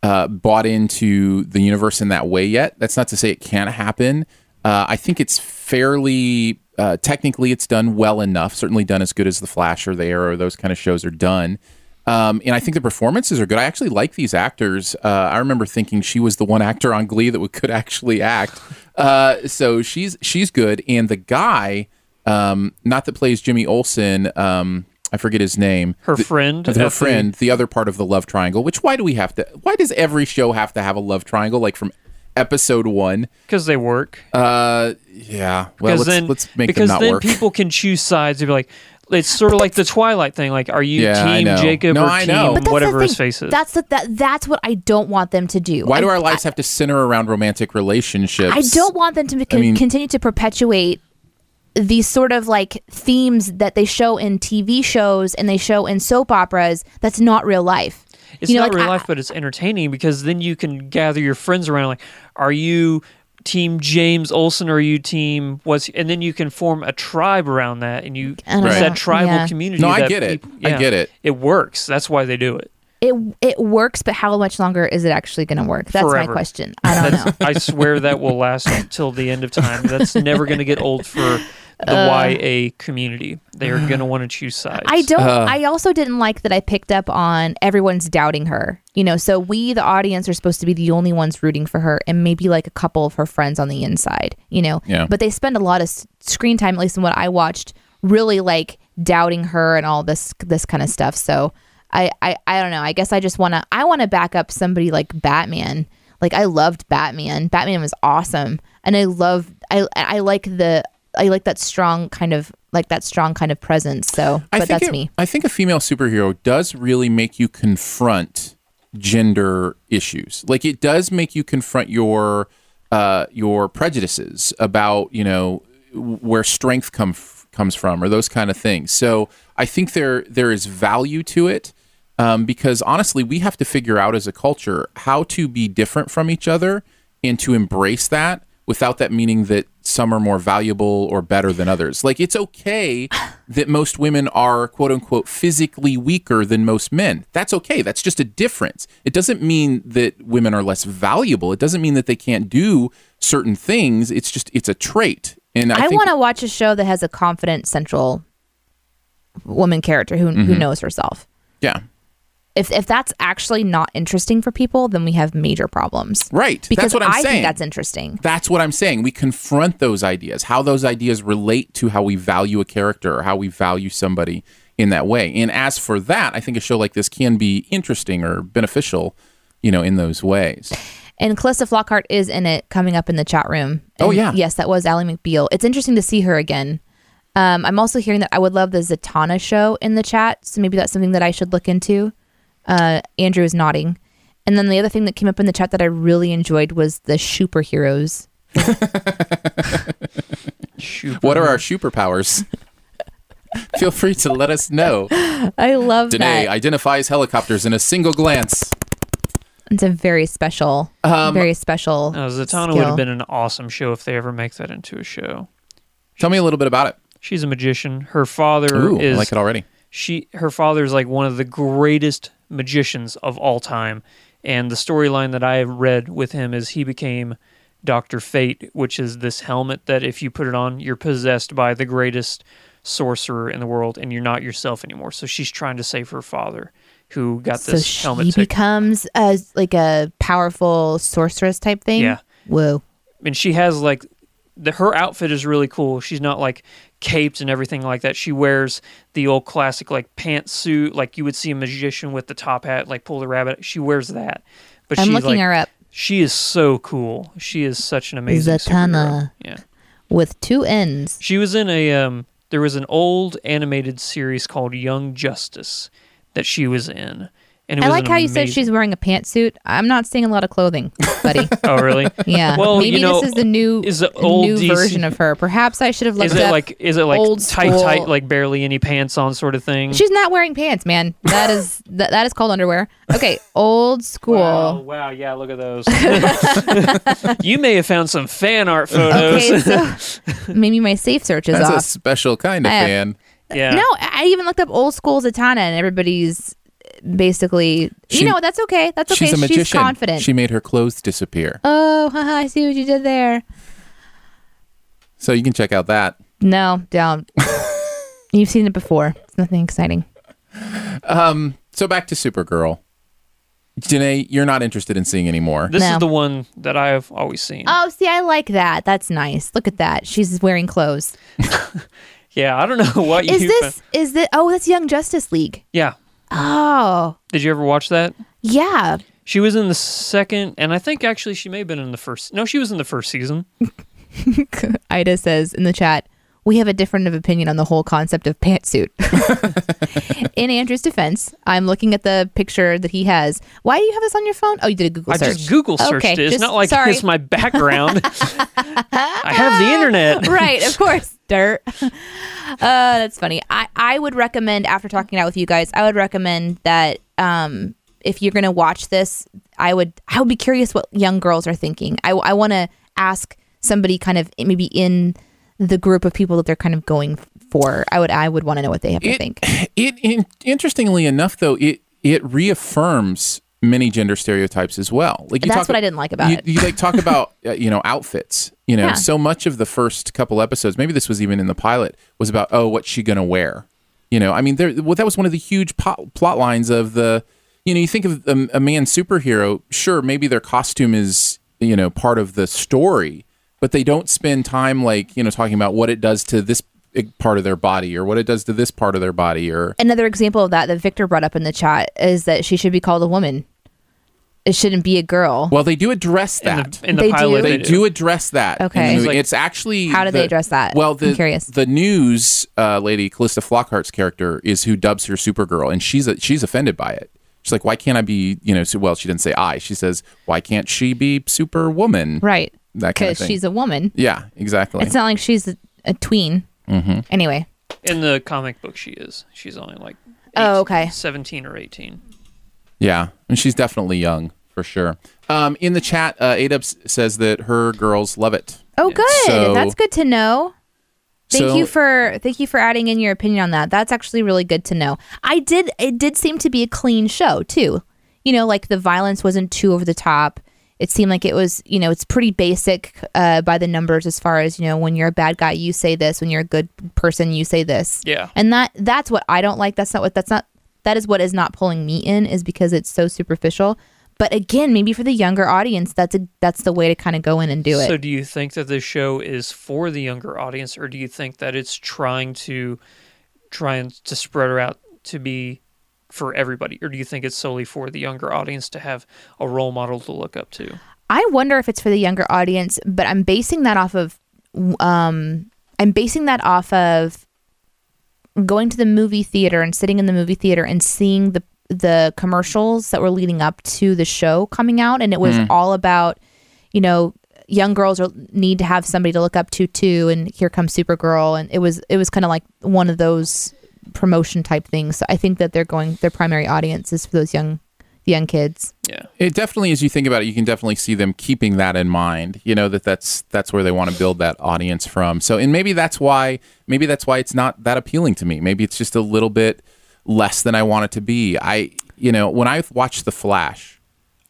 Speaker 1: uh, bought into the universe in that way yet. That's not to say it can't happen. Uh, I think it's fairly uh, technically it's done well enough. Certainly done as good as the Flash or the Arrow. Those kind of shows are done. Um, and I think the performances are good. I actually like these actors. Uh, I remember thinking she was the one actor on Glee that would, could actually act. Uh, so she's she's good. And the guy, um, not that plays Jimmy Olsen, um, I forget his name.
Speaker 3: her friend,
Speaker 1: Her
Speaker 3: at the-
Speaker 1: friend, the other part of the love triangle. Which why do we have to? Why does every show have to have a love triangle? Like from episode one.
Speaker 3: because they work.
Speaker 1: Uh, yeah. Well,
Speaker 3: Because
Speaker 1: let's
Speaker 3: then,
Speaker 1: let's make them
Speaker 3: because
Speaker 1: not
Speaker 3: then
Speaker 1: work.
Speaker 3: people can choose sides. They'd be like, it's sort of like the Twilight thing. Like, are you
Speaker 1: Yeah, I
Speaker 3: team
Speaker 1: know.
Speaker 3: Jacob
Speaker 1: No,
Speaker 3: or
Speaker 1: I
Speaker 3: team
Speaker 1: know. But
Speaker 2: that's the
Speaker 3: whatever his
Speaker 2: thing.
Speaker 3: face is?
Speaker 2: That's the, that. That's what I don't want them to do.
Speaker 1: why do
Speaker 2: I,
Speaker 1: our lives have to center around romantic relationships?
Speaker 2: I don't want them to con-
Speaker 1: mean-
Speaker 2: continue to perpetuate these sort of like themes that they show in TV shows and they show in soap operas. That's not real life.
Speaker 3: It's
Speaker 2: You know,
Speaker 3: not
Speaker 2: like,
Speaker 3: real
Speaker 2: I-
Speaker 3: life, but it's entertaining because then you can gather your friends around. Like, are you team James Olsen or are you team what's? And then you can form a tribe around that, and you
Speaker 2: I don't
Speaker 3: it's
Speaker 1: know.
Speaker 3: that tribal
Speaker 2: Yeah.
Speaker 3: community.
Speaker 1: No, I
Speaker 3: that
Speaker 1: get it.
Speaker 3: peop-
Speaker 1: I get it.
Speaker 3: It works. That's why they do it.
Speaker 2: It it works, but how much longer is it actually going to work? That's
Speaker 3: Forever.
Speaker 2: my question. I don't know.
Speaker 3: I swear that will last till the end of time. That's never going to get old for the YA community. They are going to want to choose sides.
Speaker 2: Uh, I don't. I also didn't like that I picked up on everyone's doubting her. You know, so we, the audience, are supposed to be the only ones rooting for her, and maybe like a couple of her friends on the inside. You know,
Speaker 1: Yeah.
Speaker 2: But they spend a lot of s- screen time, at least in what I watched, really like doubting her and all this this kind of stuff. So I I, I don't know. I guess I just wanna I want to back up somebody like Batman. Like I loved Batman. Batman was awesome, and I love I I like the I like that strong kind of like that strong kind of presence. So,
Speaker 1: I
Speaker 2: but
Speaker 1: think
Speaker 2: that's
Speaker 1: it-
Speaker 2: me.
Speaker 1: I think a female superhero does really make you confront gender issues. Like it does make you confront your uh, your prejudices about you know w- where strength come f- comes from or those kind of things. So I think there there is value to it um, because honestly, we have to figure out as a culture how to be different from each other and to embrace that without that meaning that some are more valuable or better than others. Like it's okay that most women are quote unquote physically weaker than most men. That's okay. That's just a difference. It doesn't mean that women are less valuable. It doesn't mean that they can't do certain things. It's just it's a trait. And I,
Speaker 2: I,
Speaker 1: think
Speaker 2: want to watch a show that has a confident central woman character who
Speaker 1: Mm-hmm.
Speaker 2: who knows herself.
Speaker 1: yeah.
Speaker 2: If if that's actually not interesting for people, then we have major problems.
Speaker 1: Right.
Speaker 2: Because
Speaker 1: that's what I'm
Speaker 2: I
Speaker 1: saying.
Speaker 2: think that's interesting.
Speaker 1: That's what I'm saying. We confront those ideas, how those ideas relate to how we value a character or how we value somebody in that way. And as for that, I think a show like this can be interesting or beneficial, you know, in those ways.
Speaker 2: And Calista Flockhart is in it coming up in the chat room.
Speaker 1: Oh,
Speaker 2: And
Speaker 1: yeah.
Speaker 2: Yes, that was Allie McBeal. It's interesting to see her again. Um, I'm also hearing that I would love the Zatanna show in the chat. So maybe that's something that I should look into. Uh, Andrew is nodding. And then the other thing that came up in the chat that I really enjoyed was the superheroes.
Speaker 3: Shoot.
Speaker 1: What are our superpowers? Feel free to let us know.
Speaker 2: I love
Speaker 1: Danae
Speaker 2: that.
Speaker 1: identifies helicopters in a single glance.
Speaker 2: it's a very special, very special.
Speaker 3: No, Oh, Uh, Zatanna would
Speaker 2: skill.
Speaker 3: have been an awesome show if they ever make that into a show.
Speaker 1: Tell me a little bit about it.
Speaker 3: She's a magician. Her father
Speaker 1: Ooh,
Speaker 3: is
Speaker 1: I like it already.
Speaker 3: she her father is like one of the greatest magicians of all time and the storyline that i have read with him is he became dr fate which is this helmet that if you put it on you're possessed by the greatest sorcerer in the world and you're not yourself anymore so she's trying to save her father who got
Speaker 2: So
Speaker 3: this
Speaker 2: she
Speaker 3: helmet taken.
Speaker 2: becomes a, like a powerful sorceress type thing.
Speaker 3: Yeah.
Speaker 2: Whoa.
Speaker 3: and she has like the, her outfit is really cool. She's not like caped and everything like that. She wears the old classic like pantsuit, like you would see a magician with the top hat, like pull the rabbit. She wears that, but
Speaker 2: I'm
Speaker 3: she's
Speaker 2: looking
Speaker 3: like,
Speaker 2: her up.
Speaker 3: She is so cool. She is such an amazing
Speaker 2: Zatanna.
Speaker 3: superhero. Yeah,
Speaker 2: With two N's.
Speaker 3: she was in a um. There was an old animated series called Young Justice that she was in, and it
Speaker 2: I
Speaker 3: was
Speaker 2: like
Speaker 3: an
Speaker 2: how you said
Speaker 3: amazing-
Speaker 2: she's wearing a pantsuit. I'm not seeing a lot of clothing, buddy.
Speaker 3: Oh really?
Speaker 2: Yeah.
Speaker 3: Well,
Speaker 2: maybe
Speaker 3: you know,
Speaker 2: this is the new
Speaker 3: is the old
Speaker 2: new
Speaker 3: DC
Speaker 2: version of her. Perhaps I should have looked
Speaker 3: Is it
Speaker 2: up
Speaker 3: like is it like
Speaker 2: old
Speaker 3: tight
Speaker 2: school-
Speaker 3: tight like barely any pants on sort of thing?
Speaker 2: She's not wearing pants, man. That is that, that is called underwear. Okay, old school.
Speaker 3: Wow, Oh, wow, yeah, look at those. you may have found some fan art photos.
Speaker 2: Okay, so maybe my safe search is
Speaker 1: That's a
Speaker 2: off.
Speaker 1: special kind of
Speaker 2: I have-
Speaker 1: fan.
Speaker 3: yeah.
Speaker 2: No, I I even looked up old school Zatanna, and everybody's basically,
Speaker 1: She-
Speaker 2: you know, what, that's okay. That's okay.
Speaker 1: She's a magician.
Speaker 2: confident.
Speaker 1: She made her clothes disappear.
Speaker 2: oh, haha, I see what you did there.
Speaker 1: So you can check out that.
Speaker 2: No, don't. You've seen it before. It's nothing exciting.
Speaker 1: So back to Supergirl. Danae, you're not interested in seeing anymore.
Speaker 3: This
Speaker 2: No.
Speaker 3: is the one that I've always seen.
Speaker 2: Oh, see, I like that. That's nice. Look at that. She's wearing clothes.
Speaker 3: yeah, I don't know what you
Speaker 2: Is
Speaker 3: found-
Speaker 2: this is this oh, that's Young Justice League.
Speaker 3: Yeah.
Speaker 2: Oh.
Speaker 3: Did you ever watch that?
Speaker 2: Yeah.
Speaker 3: She was in the second and I think actually she may have been in the first No, she was in the first season.
Speaker 2: Ida says in the chat, we have a different of opinion on the whole concept of pantsuit. in Andrew's defense, I'm looking at the picture that he has. Why do you have this on your phone? Oh, you did a Google
Speaker 3: I
Speaker 2: search.
Speaker 3: just Google searched
Speaker 2: Okay,
Speaker 3: it. It's
Speaker 2: just-
Speaker 3: not like
Speaker 2: sorry.
Speaker 3: it's my background. I have the internet.
Speaker 2: right, of course, dirt. Uh, that's funny. I, I would recommend after talking it out with you guys, I would recommend that um, if you're gonna watch this, I would I would be curious what young girls are thinking. I I want to ask somebody kind of maybe in the group of people that they're kind of going for. I would I would want to know what they have to
Speaker 1: it,
Speaker 2: think.
Speaker 1: It, in, interestingly enough, though, it it reaffirms many gender stereotypes as well. Like
Speaker 2: That's what I didn't like about
Speaker 1: you,
Speaker 2: it.
Speaker 1: You like talk about uh, you know outfits. You know,
Speaker 2: Yeah.
Speaker 1: so much of the first couple episodes, maybe this was even in the pilot, was about oh, what's she gonna wear? You know, I mean, there. Well, that was one of the huge pot, plot lines of the. You know, you think of um, a, a man superhero. Sure, maybe their costume is you know part of the story, but they don't spend time like you know talking about what it does to this eh, part of their body or what it does to this part of their body or
Speaker 2: Another example of that that Victor brought up in the chat is that she should be called a woman. it shouldn't be a girl.
Speaker 1: Well, they do address that.
Speaker 3: in the
Speaker 2: They
Speaker 3: pilot,
Speaker 2: do?
Speaker 1: they do address that. in
Speaker 2: Okay.
Speaker 1: the
Speaker 2: It's
Speaker 1: movie.
Speaker 3: like-
Speaker 1: it's actually
Speaker 2: How do they address that?
Speaker 1: Well,
Speaker 2: I'm
Speaker 1: the
Speaker 2: curious.
Speaker 1: the news uh, lady Callista Flockhart's character is who dubs her Supergirl, and she's a, she's offended by it. She's like, "Why can't I be?" You know, so, well, she didn't say I. She says, "Why can't she be Superwoman?"
Speaker 2: right.
Speaker 1: That kind of thing.
Speaker 2: she's a woman.
Speaker 1: Yeah, exactly.
Speaker 2: It's not like she's a, a tween. Mm-hmm. Anyway.
Speaker 3: In the comic book, she is. She's only like
Speaker 2: Oh,
Speaker 3: 18
Speaker 2: okay.
Speaker 3: seventeen or eighteen.
Speaker 1: yeah, and she's definitely young for sure. Um, in the chat, uh, Adub says that her girls love it.
Speaker 2: Oh, good.
Speaker 1: So-
Speaker 2: That's good to know. Thank
Speaker 1: So-
Speaker 2: you for thank you for adding in your opinion on that. That's actually really good to know. I did it did seem to be a clean show too. You know, like the violence wasn't too over the top. It seemed like it was, you know, it's pretty basic uh, by the numbers as far as you know. When you're a bad guy, you say this. When you're a good person, you say this.
Speaker 3: Yeah.
Speaker 2: And that that's what I don't like. That's not what that's not that is what is not pulling me in is because it's so superficial. But again, maybe for the younger audience, that's a that's the way to kind of go in and do it.
Speaker 3: So, do you think that this show is for the younger audience, or do you think that it's trying to trying to spread her out to be for everybody, or do you think it's solely for the younger audience to have a role model to look up to?
Speaker 2: I wonder if it's for the younger audience, but I'm basing that off of um I'm basing that off of going to the movie theater and sitting in the movie theater and seeing the the commercials that were leading up to the show coming out and it was all about you know young girls are, need to have somebody to look up to too and here comes supergirl and it was it was kind of like one of those promotion type things so i think that they're going their primary audience is for those young young kids
Speaker 3: Yeah.
Speaker 1: It definitely, as you think about it, you can definitely see them keeping that in mind. You know that that's that's where they want to build that audience from. So, and maybe that's why maybe that's why it's not that appealing to me. Maybe it's just a little bit less than I want it to be. I, you know, when I watch The Flash,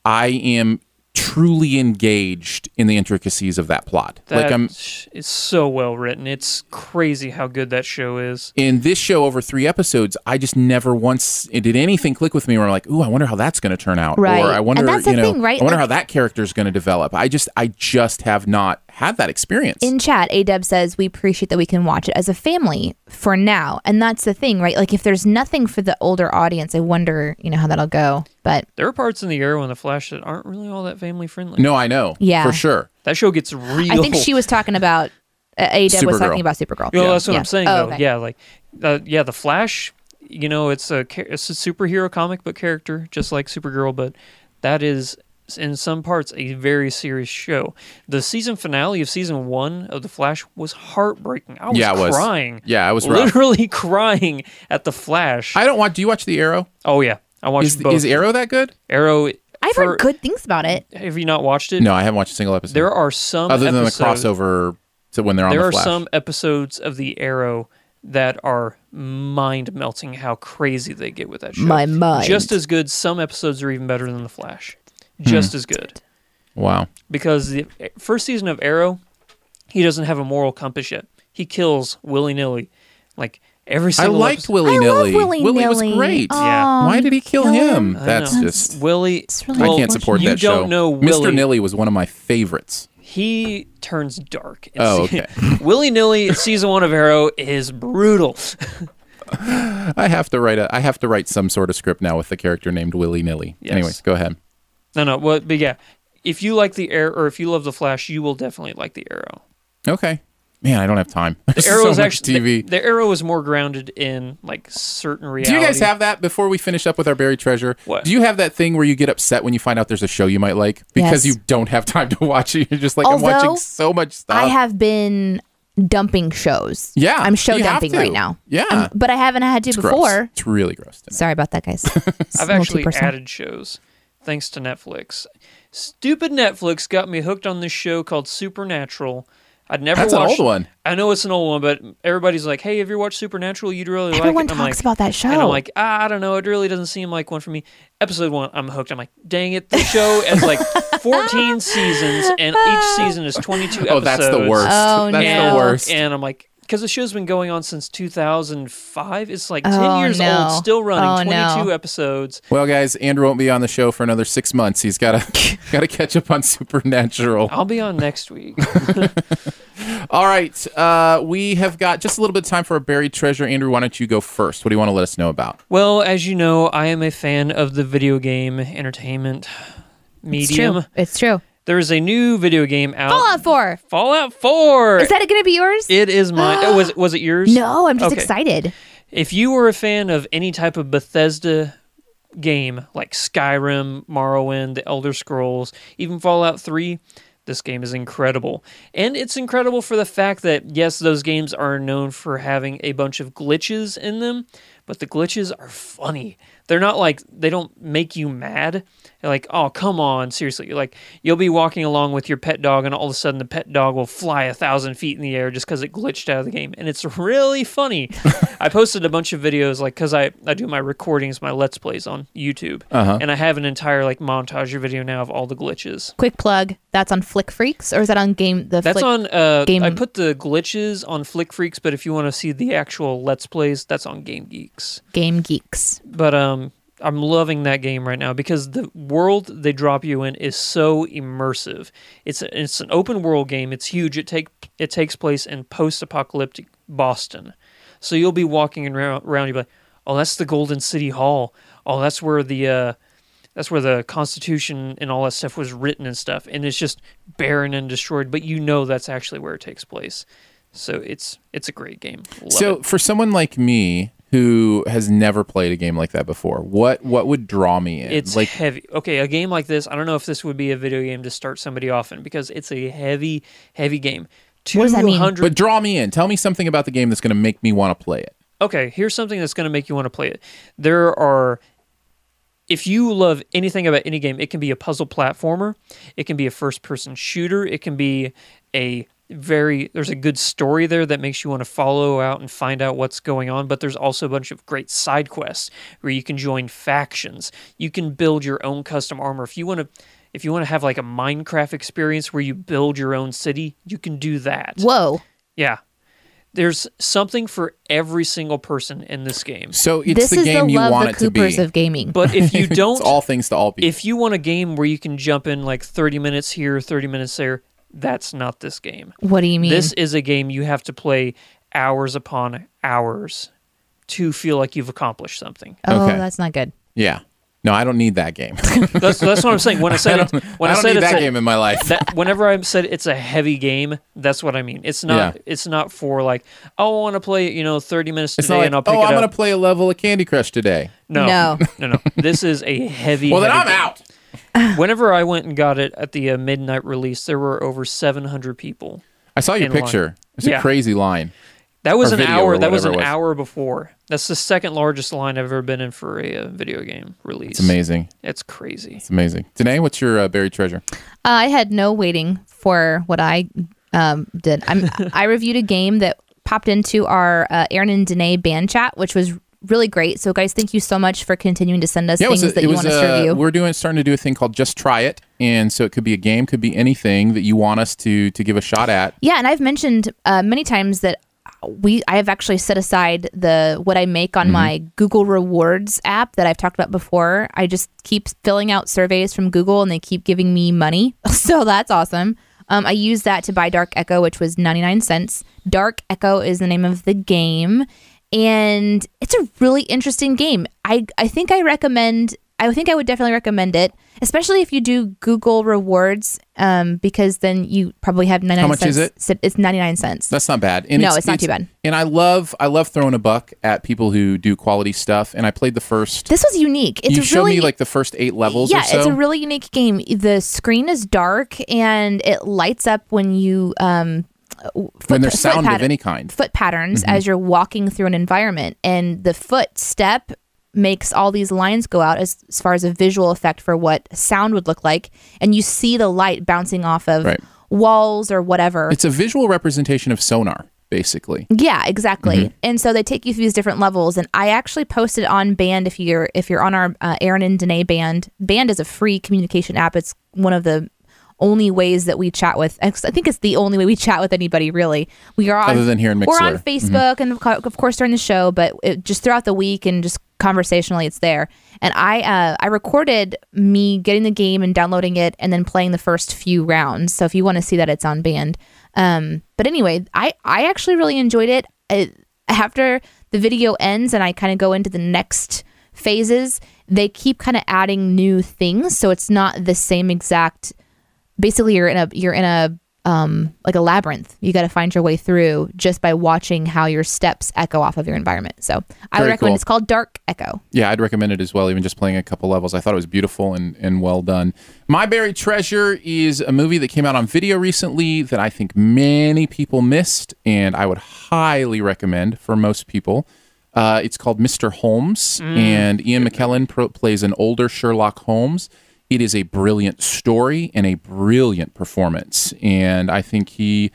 Speaker 1: I am truly engaged in the intricacies of that plot.
Speaker 3: That
Speaker 1: like I'm
Speaker 3: sh- is so well written. It's crazy how good that show is.
Speaker 1: in this show over three episodes, I just never once it did anything click with me where I'm like, ooh, I wonder how that's going to turn out.
Speaker 2: Right.
Speaker 1: Or I
Speaker 2: And
Speaker 1: wonder,
Speaker 2: that's the
Speaker 1: you know,
Speaker 2: thing, right?
Speaker 1: I wonder
Speaker 2: Like-
Speaker 1: how that character is going to develop. I just, I just have not had that experience.
Speaker 2: in chat, Adeb says we appreciate that we can watch it as a family for now, and that's the thing, right? Like if there's nothing for the older audience, I wonder, you know, how that'll go. But
Speaker 3: There are parts in the era when the Flash that aren't really all that family friendly.
Speaker 1: no, I know.
Speaker 2: Yeah.
Speaker 1: For sure.
Speaker 3: That show gets real.
Speaker 2: I think she was talking about uh, Adeb was
Speaker 1: Supergirl.
Speaker 2: talking about Supergirl.
Speaker 3: Well, that's what
Speaker 2: Yeah.
Speaker 3: I'm saying,
Speaker 2: Oh,
Speaker 3: though.
Speaker 2: okay.
Speaker 3: Yeah, like, uh, yeah, the Flash. You know, it's a cha- it's a superhero comic book character, just like Supergirl, but that is in some parts a very serious show. The season finale of season one of the Flash was heartbreaking. I was
Speaker 1: Yeah, it was.
Speaker 3: crying.
Speaker 1: Yeah, it was rough.
Speaker 3: literally crying at the Flash.
Speaker 1: I don't want, do you watch The Arrow?
Speaker 3: oh yeah, I watched
Speaker 1: Is,
Speaker 3: both.
Speaker 1: is Arrow that good?
Speaker 3: Arrow?
Speaker 2: I've
Speaker 3: for-
Speaker 2: heard good things about it.
Speaker 3: Have you not watched it?
Speaker 1: No, I haven't watched a single episode.
Speaker 3: There are some
Speaker 1: Other than the
Speaker 3: episodes-
Speaker 1: crossover to when they're on
Speaker 3: there
Speaker 1: the
Speaker 3: are
Speaker 1: Flash.
Speaker 3: some episodes of the Arrow that are mind melting. How crazy they get with that show.
Speaker 2: My mind.
Speaker 3: Just as good. Some episodes are even better than the Flash.
Speaker 1: Hmm.
Speaker 3: Just as good
Speaker 1: wow.
Speaker 3: because the first season of Arrow, he doesn't have a moral compass yet. He kills willy nilly, like every
Speaker 1: I
Speaker 3: single.
Speaker 1: liked
Speaker 3: episode-
Speaker 1: Willy
Speaker 2: I
Speaker 1: Nilly.
Speaker 2: love Willy
Speaker 1: Willy was
Speaker 2: Nilly. Oh,
Speaker 1: great.
Speaker 3: Yeah.
Speaker 1: Why did he kill him?
Speaker 3: I
Speaker 1: That's
Speaker 3: know.
Speaker 1: just.
Speaker 3: Willy.
Speaker 2: really
Speaker 1: I
Speaker 3: well,
Speaker 1: can't support
Speaker 3: you
Speaker 1: that show.
Speaker 3: don't know Willy.
Speaker 1: Mr. Nilly was one of my favorites.
Speaker 3: He turns dark. in
Speaker 1: Oh,
Speaker 3: se-
Speaker 1: okay.
Speaker 3: willy nilly season one of Arrow is brutal.
Speaker 1: I have to write a I have to write some sort of script now with the character named Willy Nilly.
Speaker 3: Yes.
Speaker 1: Anyways, go ahead.
Speaker 3: No, no. Well, but yeah, if you like the air or if you love the Flash, you will definitely like the Arrow.
Speaker 1: Okay. Man, I don't have time.
Speaker 3: The Arrow
Speaker 1: so
Speaker 3: is
Speaker 1: much
Speaker 3: actually
Speaker 1: TV.
Speaker 3: The, the Arrow is more grounded in like certain reality.
Speaker 1: do you guys have that before we finish up with our buried treasure?
Speaker 3: What?
Speaker 1: Do you have that thing where you get upset when you find out there's a show you might like because
Speaker 2: Yes.
Speaker 1: you don't have time to watch it? You're just like, I'm
Speaker 2: Although,
Speaker 1: watching so much stuff.
Speaker 2: I have been dumping shows.
Speaker 1: Uh, Yeah,
Speaker 2: I'm show
Speaker 1: you have
Speaker 2: dumping
Speaker 1: to.
Speaker 2: right now.
Speaker 1: Yeah.
Speaker 2: I'm- but I haven't had to
Speaker 1: It's gross.
Speaker 2: before.
Speaker 1: It's really gross. To me.
Speaker 2: Sorry about that, guys.
Speaker 3: I've actually added shows thanks to Netflix. Stupid Netflix got me hooked on this show called Supernatural. I'd never
Speaker 1: That's an
Speaker 3: watched
Speaker 1: old one.
Speaker 3: I know it's an old one, but everybody's like, "Hey, have you watched Supernatural? You'd really
Speaker 2: Everyone
Speaker 3: like it." And I'm
Speaker 2: talks
Speaker 3: like-
Speaker 2: about that show.
Speaker 3: And I'm like, ah, I don't know. It really doesn't seem like one for me. Episode one, I'm hooked. I'm like, dang it. The show has like 14 seasons, and each season is 22 episodes.
Speaker 1: Oh, that's the worst.
Speaker 2: Oh,
Speaker 1: that's
Speaker 3: and,
Speaker 1: the worst.
Speaker 3: And I'm like, because the show's been going on since 2005. It's like 10
Speaker 2: Oh,
Speaker 3: years
Speaker 2: no.
Speaker 3: old, still running,
Speaker 2: Oh, no.
Speaker 3: 22 episodes.
Speaker 1: well, guys, Andrew won't be on the show for another six months. He's got to got to catch up on Supernatural.
Speaker 3: I'll be on next week.
Speaker 1: All right, uh, we have got just a little bit of time for a buried treasure. Andrew, why don't you go first? What do you want to let us know about?
Speaker 3: well, as you know, I am a fan of the video game entertainment medium.
Speaker 2: It's true. It's true.
Speaker 3: There is a new video game out.
Speaker 2: Fallout 4.
Speaker 3: Fallout Four.
Speaker 2: Is that going to be yours?
Speaker 3: it is mine. oh, was was it yours?
Speaker 2: no, I'm just
Speaker 3: Okay.
Speaker 2: excited.
Speaker 3: If you were a fan of any type of Bethesda game like Skyrim, Morrowind, The Elder Scrolls, even Fallout 3, this game is incredible. And it's incredible for the fact that, yes, those games are known for having a bunch of glitches in them, but the glitches are funny. They're not like, they don't make you mad. They're like, oh, come on, seriously. You're Like, you'll be walking along with your pet dog, and all of a sudden the pet dog will fly a thousand feet in the air just because it glitched out of the game. And it's really funny. I posted a bunch of videos, like, because I, I do my recordings, my Let's Plays on YouTube. And I have an entire, like, montage or video now of all the glitches.
Speaker 2: Quick plug. That's on Flick Freaks or is that on Game the
Speaker 3: That's
Speaker 2: Flick-
Speaker 3: on. Uh, I
Speaker 2: Game-
Speaker 3: put the glitches on Flick Freaks, but if you want to see the actual Let's Plays, that's on Game Geeks.
Speaker 2: Game Geeks.
Speaker 3: But um, I'm loving that game right now because the world they drop you in is so immersive. It's a, it's an open world game. It's huge. It take it takes place in post apocalyptic Boston, so you'll be walking around. around you'll be like, oh, that's the Golden City Hall. Oh, that's where the uh, that's where the Constitution and all that stuff was written and stuff. And it's just barren and destroyed, but you know that's actually where it takes place. So it's it's a great game. Love
Speaker 1: so
Speaker 3: it.
Speaker 1: for someone like me who has never played a game like that before, what what would draw me in?
Speaker 3: It's
Speaker 1: like
Speaker 3: heavy. Okay, a game like this, I don't know if this would be a video game to start somebody off in because it's a heavy, heavy game. Two
Speaker 2: does that mean?
Speaker 3: hundred.
Speaker 1: but draw me in. Tell me something about the game that's going to make me want to play it.
Speaker 3: okay, here's something that's going to make you want to play it. There are, if you love anything about any game, it can be a puzzle platformer, it can be a first person shooter, it can be a very there's a good story there that makes you want to follow out and find out what's going on but there's also a bunch of great side quests where you can join factions you can build your own custom armor if you want to if you want to have like a minecraft experience where you build your own city you can do that
Speaker 2: Whoa.
Speaker 3: yeah. There's something for every single person in this game.
Speaker 1: So it's
Speaker 2: this
Speaker 1: the
Speaker 2: is
Speaker 1: game
Speaker 2: the
Speaker 1: you
Speaker 2: love
Speaker 1: want
Speaker 2: the
Speaker 1: it to
Speaker 2: Coopers
Speaker 1: be.
Speaker 2: of gaming.
Speaker 3: But if you
Speaker 1: It's
Speaker 3: don't
Speaker 1: all things to all people.
Speaker 3: if you want a game where you can jump in like 30 minutes here, 30 minutes there, that's not this game.
Speaker 2: what do
Speaker 1: Mm.
Speaker 2: you mean?
Speaker 3: This is a game you have to play hours upon hours to feel like you've accomplished something.
Speaker 2: oh,
Speaker 1: Okay.
Speaker 2: that's not good.
Speaker 1: yeah. No, I don't need that game.
Speaker 3: That's, that's what I'm saying. When I said it, when I,
Speaker 1: I don't
Speaker 3: said
Speaker 1: need
Speaker 3: it's
Speaker 1: that
Speaker 3: a-
Speaker 1: game in my life.
Speaker 3: that whenever I said it's a heavy game, that's what I mean. It's not.
Speaker 1: Yeah.
Speaker 3: It's not for like oh, I want to play you know 30 minutes
Speaker 1: It's
Speaker 3: today
Speaker 1: not like,
Speaker 3: and I'll pick
Speaker 1: oh,
Speaker 3: it
Speaker 1: I'm
Speaker 3: up.
Speaker 1: going to play a level of Candy Crush today.
Speaker 3: No,
Speaker 2: No.
Speaker 3: no, no. This is a heavy.
Speaker 1: Well, then
Speaker 3: heavy
Speaker 1: I'm out.
Speaker 3: game. Whenever I went and got it at the uh, midnight release, there were over 700 people.
Speaker 1: I saw your
Speaker 3: In line.
Speaker 1: picture. It's a
Speaker 3: Yeah.
Speaker 1: crazy line.
Speaker 3: That was
Speaker 1: Or
Speaker 3: an
Speaker 1: video
Speaker 3: hour.
Speaker 1: or
Speaker 3: That was an
Speaker 1: whatever it was.
Speaker 3: hour before. That's the second largest line I've ever been in for a uh, video game release.
Speaker 1: It's amazing.
Speaker 3: It's crazy.
Speaker 1: It's amazing. Danae, what's your uh, buried treasure?
Speaker 2: Uh, I had no waiting for what I um, did. I'm, I reviewed a game that popped into our uh, Aaron and Danae band chat, which was really great. So, guys, thank you so much for continuing to send us things that you want us to
Speaker 1: uh,
Speaker 2: review.
Speaker 1: we're doing starting to do a thing called just try it, and so it could be a game, could be anything that you want us to to give a shot at.
Speaker 2: Yeah, and I've mentioned uh, many times that we I have actually set aside the what I make on my Google Rewards app that I've talked about before. I just keep filling out surveys from Google, and they keep giving me money, so that's awesome. Um, I used that to buy Dark Echo, which was ninety nine cents. Dark Echo is the name of the game, and it's a really interesting game. I I think I recommend. I think I would definitely recommend it, especially if you do Google Rewards, um, because then you probably have ninety nine.
Speaker 1: How much is it?
Speaker 2: So It's 99 cents.
Speaker 1: That's not bad. And
Speaker 2: No, it's not too bad.
Speaker 1: And I love I love throwing a buck at people who do quality stuff. And I played the first.
Speaker 2: this was unique. It's
Speaker 1: you
Speaker 2: really,
Speaker 1: showed me like the first eight levels.
Speaker 2: yeah,
Speaker 1: or so.
Speaker 2: it's a really unique game. The screen is dark and it lights up when you um, foot,
Speaker 1: when there's
Speaker 2: foot
Speaker 1: sound of
Speaker 2: pat-
Speaker 1: any Mm-hmm. kind.
Speaker 2: foot patterns as you're walking through an environment, and the footstep makes all these lines go out as, as far as a visual effect for what sound would look like, and you see the light bouncing off of
Speaker 1: Right.
Speaker 2: walls or whatever.
Speaker 1: It's a visual representation of sonar, basically.
Speaker 2: Yeah, exactly.
Speaker 1: Mm-hmm.
Speaker 2: And so they take you through these different levels. And I actually posted on Band if you're if you're on our uh, Aaron and Danae Band. Band is a free communication app. It's one of the only ways that we chat with. I think it's the only way we chat with anybody. Really, we are on,
Speaker 1: Other than here in
Speaker 2: We're on
Speaker 1: Mixlr.
Speaker 2: Facebook and of co- of course during the show, but it, just throughout the week and just conversationally, it's there. And I uh, I recorded me getting the game and downloading it and then playing the first few rounds. So if you want to see that, it's on Band. Um, but anyway, I I actually really enjoyed it. I, after the video ends and I kind of go into the next phases, they keep kind of adding new things, so it's not the same exact. Basically, you're in a you're in a um like a labyrinth. You got to find your way through just by watching how your steps echo off of your environment. So I would
Speaker 1: Very
Speaker 2: recommend
Speaker 1: cool.
Speaker 2: it's called Dark Echo.
Speaker 1: Yeah, I'd recommend it as well, even just playing a couple levels. I thought it was beautiful and, and well done. My Buried Treasure is a movie that came out on video recently that I think many people missed, and I would highly recommend for most people. Uh, it's called Mr. Holmes, and Ian McKellen pro- plays an older Sherlock Holmes. It is a brilliant story and a brilliant performance. And I think he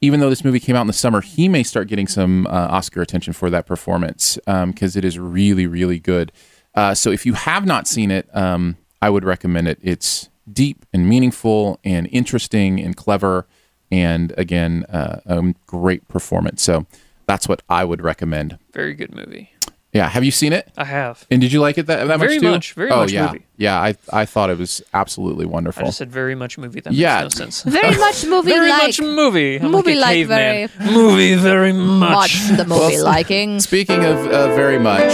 Speaker 1: even though this movie came out in the summer, he may start getting some uh, Oscar attention for that performance because it is really, really good. Uh, so if you have not seen it, um, I would recommend it. It's deep and meaningful and interesting and clever, and again, uh, a great performance. So that's what I would recommend.
Speaker 3: Very good movie.
Speaker 1: Yeah, have you seen it?
Speaker 3: I have.
Speaker 1: And did you like it that, that
Speaker 3: Very
Speaker 1: much too?
Speaker 3: much, very
Speaker 1: oh
Speaker 3: much
Speaker 1: yeah,
Speaker 3: movie.
Speaker 1: yeah. I I thought it was absolutely wonderful.
Speaker 3: I just said very much movie. That
Speaker 1: Yeah.
Speaker 3: makes no sense.
Speaker 2: Very much movie
Speaker 3: very
Speaker 2: like.
Speaker 3: much movie. I'm
Speaker 2: Movie
Speaker 3: like,
Speaker 2: like
Speaker 3: a caveman. Movie very much.
Speaker 2: Watch the movie liking.
Speaker 1: Speaking of uh, very much,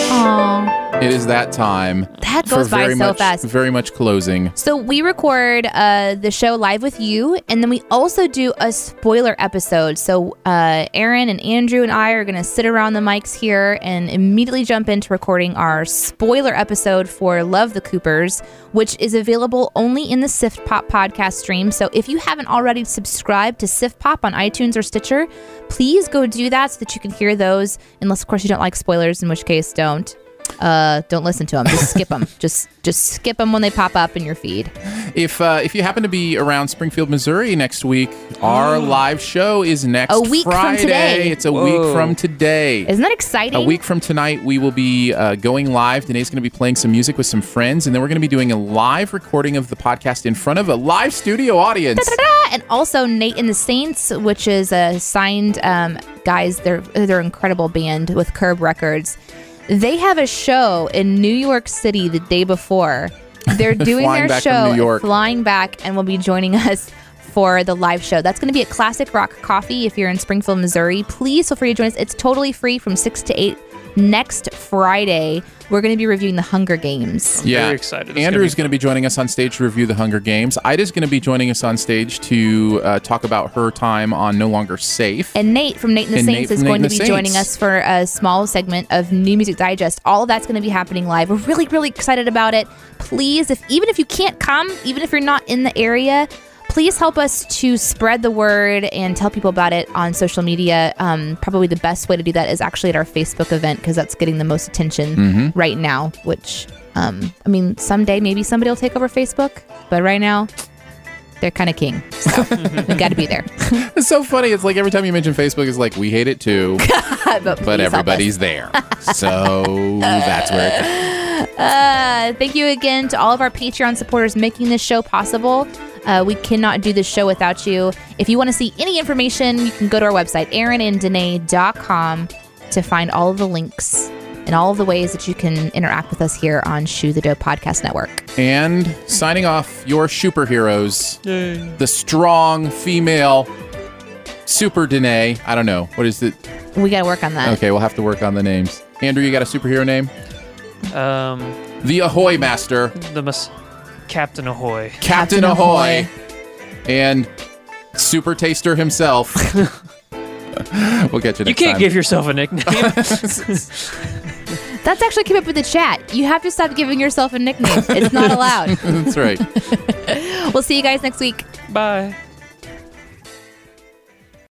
Speaker 1: it is that time.
Speaker 2: That
Speaker 1: for
Speaker 2: goes by
Speaker 1: very
Speaker 2: so
Speaker 1: much,
Speaker 2: fast.
Speaker 1: Very much closing.
Speaker 2: So we record uh, the show live with you, and then we also do a spoiler episode. So uh, Aaron and Andrew and I are going to sit around the mics here and immediately jump into recording our spoiler episode for Love the Coopers, which is available only in the Sift Pop podcast stream. So if you haven't already subscribed to Sift Pop on iTunes or Stitcher, please go do that so that you can hear those. Unless, of course, you don't like spoilers, in which case, don't. Uh, don't listen to them. Just skip them. just just skip them when they pop up in your feed.
Speaker 1: If uh, if you happen to be around Springfield, Missouri next week, our live show is next
Speaker 2: A week from
Speaker 1: Friday.
Speaker 2: today.
Speaker 1: It's a week from today.
Speaker 2: Isn't that exciting?
Speaker 1: a week from tonight, we will be uh, going live. Danae's going to be playing some music with some friends, and then we're going to be doing a live recording of the podcast in front of a live studio audience.
Speaker 2: Ta-da! And also Nate and the Saints, which is a signed um, guys. They're they're an incredible band with Curb Records. They have a show in New York City the day before. They're doing
Speaker 1: Flying
Speaker 2: their
Speaker 1: back from
Speaker 2: show,
Speaker 1: New York.
Speaker 2: flying back, and will be joining us for the live show. That's going to be at Classic Rock Coffee if you're in Springfield, Missouri. Please feel free to join us. It's totally free from six to eight next Friday. We're going to be reviewing the Hunger Games.
Speaker 1: yeah.
Speaker 3: very excited. It's
Speaker 1: Andrew's
Speaker 3: gonna
Speaker 1: going to be joining us on stage to review The Hunger Games. Ida's going to be joining us on stage to uh, talk about her time on No Longer Safe.
Speaker 2: And Nate from Nate and the
Speaker 1: And Nate
Speaker 2: Saints
Speaker 1: from
Speaker 2: is
Speaker 1: Nate
Speaker 2: going
Speaker 1: and
Speaker 2: to
Speaker 1: the
Speaker 2: be
Speaker 1: Saints.
Speaker 2: joining us for a small segment of New Music Digest. All of that's going to be happening live. We're really, really excited about it. Please, if even if you can't come, even if you're not in the area, please help us to spread the word and tell people about it on social media. Um, probably the best way to do that is actually at our Facebook event because that's getting the most attention
Speaker 1: Mm-hmm.
Speaker 2: right now. Which, um, I mean, someday maybe somebody will take over Facebook, but right now. They're kind of king, so we got to be there.
Speaker 1: It's so funny. It's like every time you mention Facebook, it's like we hate it too,
Speaker 2: but
Speaker 1: but
Speaker 2: please help us.
Speaker 1: everybody's there. So that's where it goes.
Speaker 2: Uh, thank you again to all of our Patreon supporters making this show possible. Uh, we cannot do this show without you. If you want to see any information, you can go to our website, aaronanddanae.com, to find all of the links and all of the ways that you can interact with us here on Shoe the Dough Podcast Network.
Speaker 1: And signing off, your superheroes,
Speaker 3: Yay.
Speaker 1: the strong female super Danae. I don't know what is it.
Speaker 2: We got to work on that.
Speaker 1: Okay, we'll have to work on the names. Andrew, you got a superhero name?
Speaker 3: Um,
Speaker 1: The Ahoy Master,
Speaker 3: the mis- Captain Ahoy.
Speaker 1: Captain,
Speaker 2: Captain
Speaker 1: Ahoy,
Speaker 2: Ahoy.
Speaker 1: and Super Taster himself. we'll catch you next
Speaker 3: You can't
Speaker 1: time.
Speaker 3: give yourself a nickname.
Speaker 2: That's actually came up with the chat. You have to stop giving yourself a nickname, it's not allowed.
Speaker 1: That's right.
Speaker 2: we'll see you guys next week.
Speaker 3: Bye.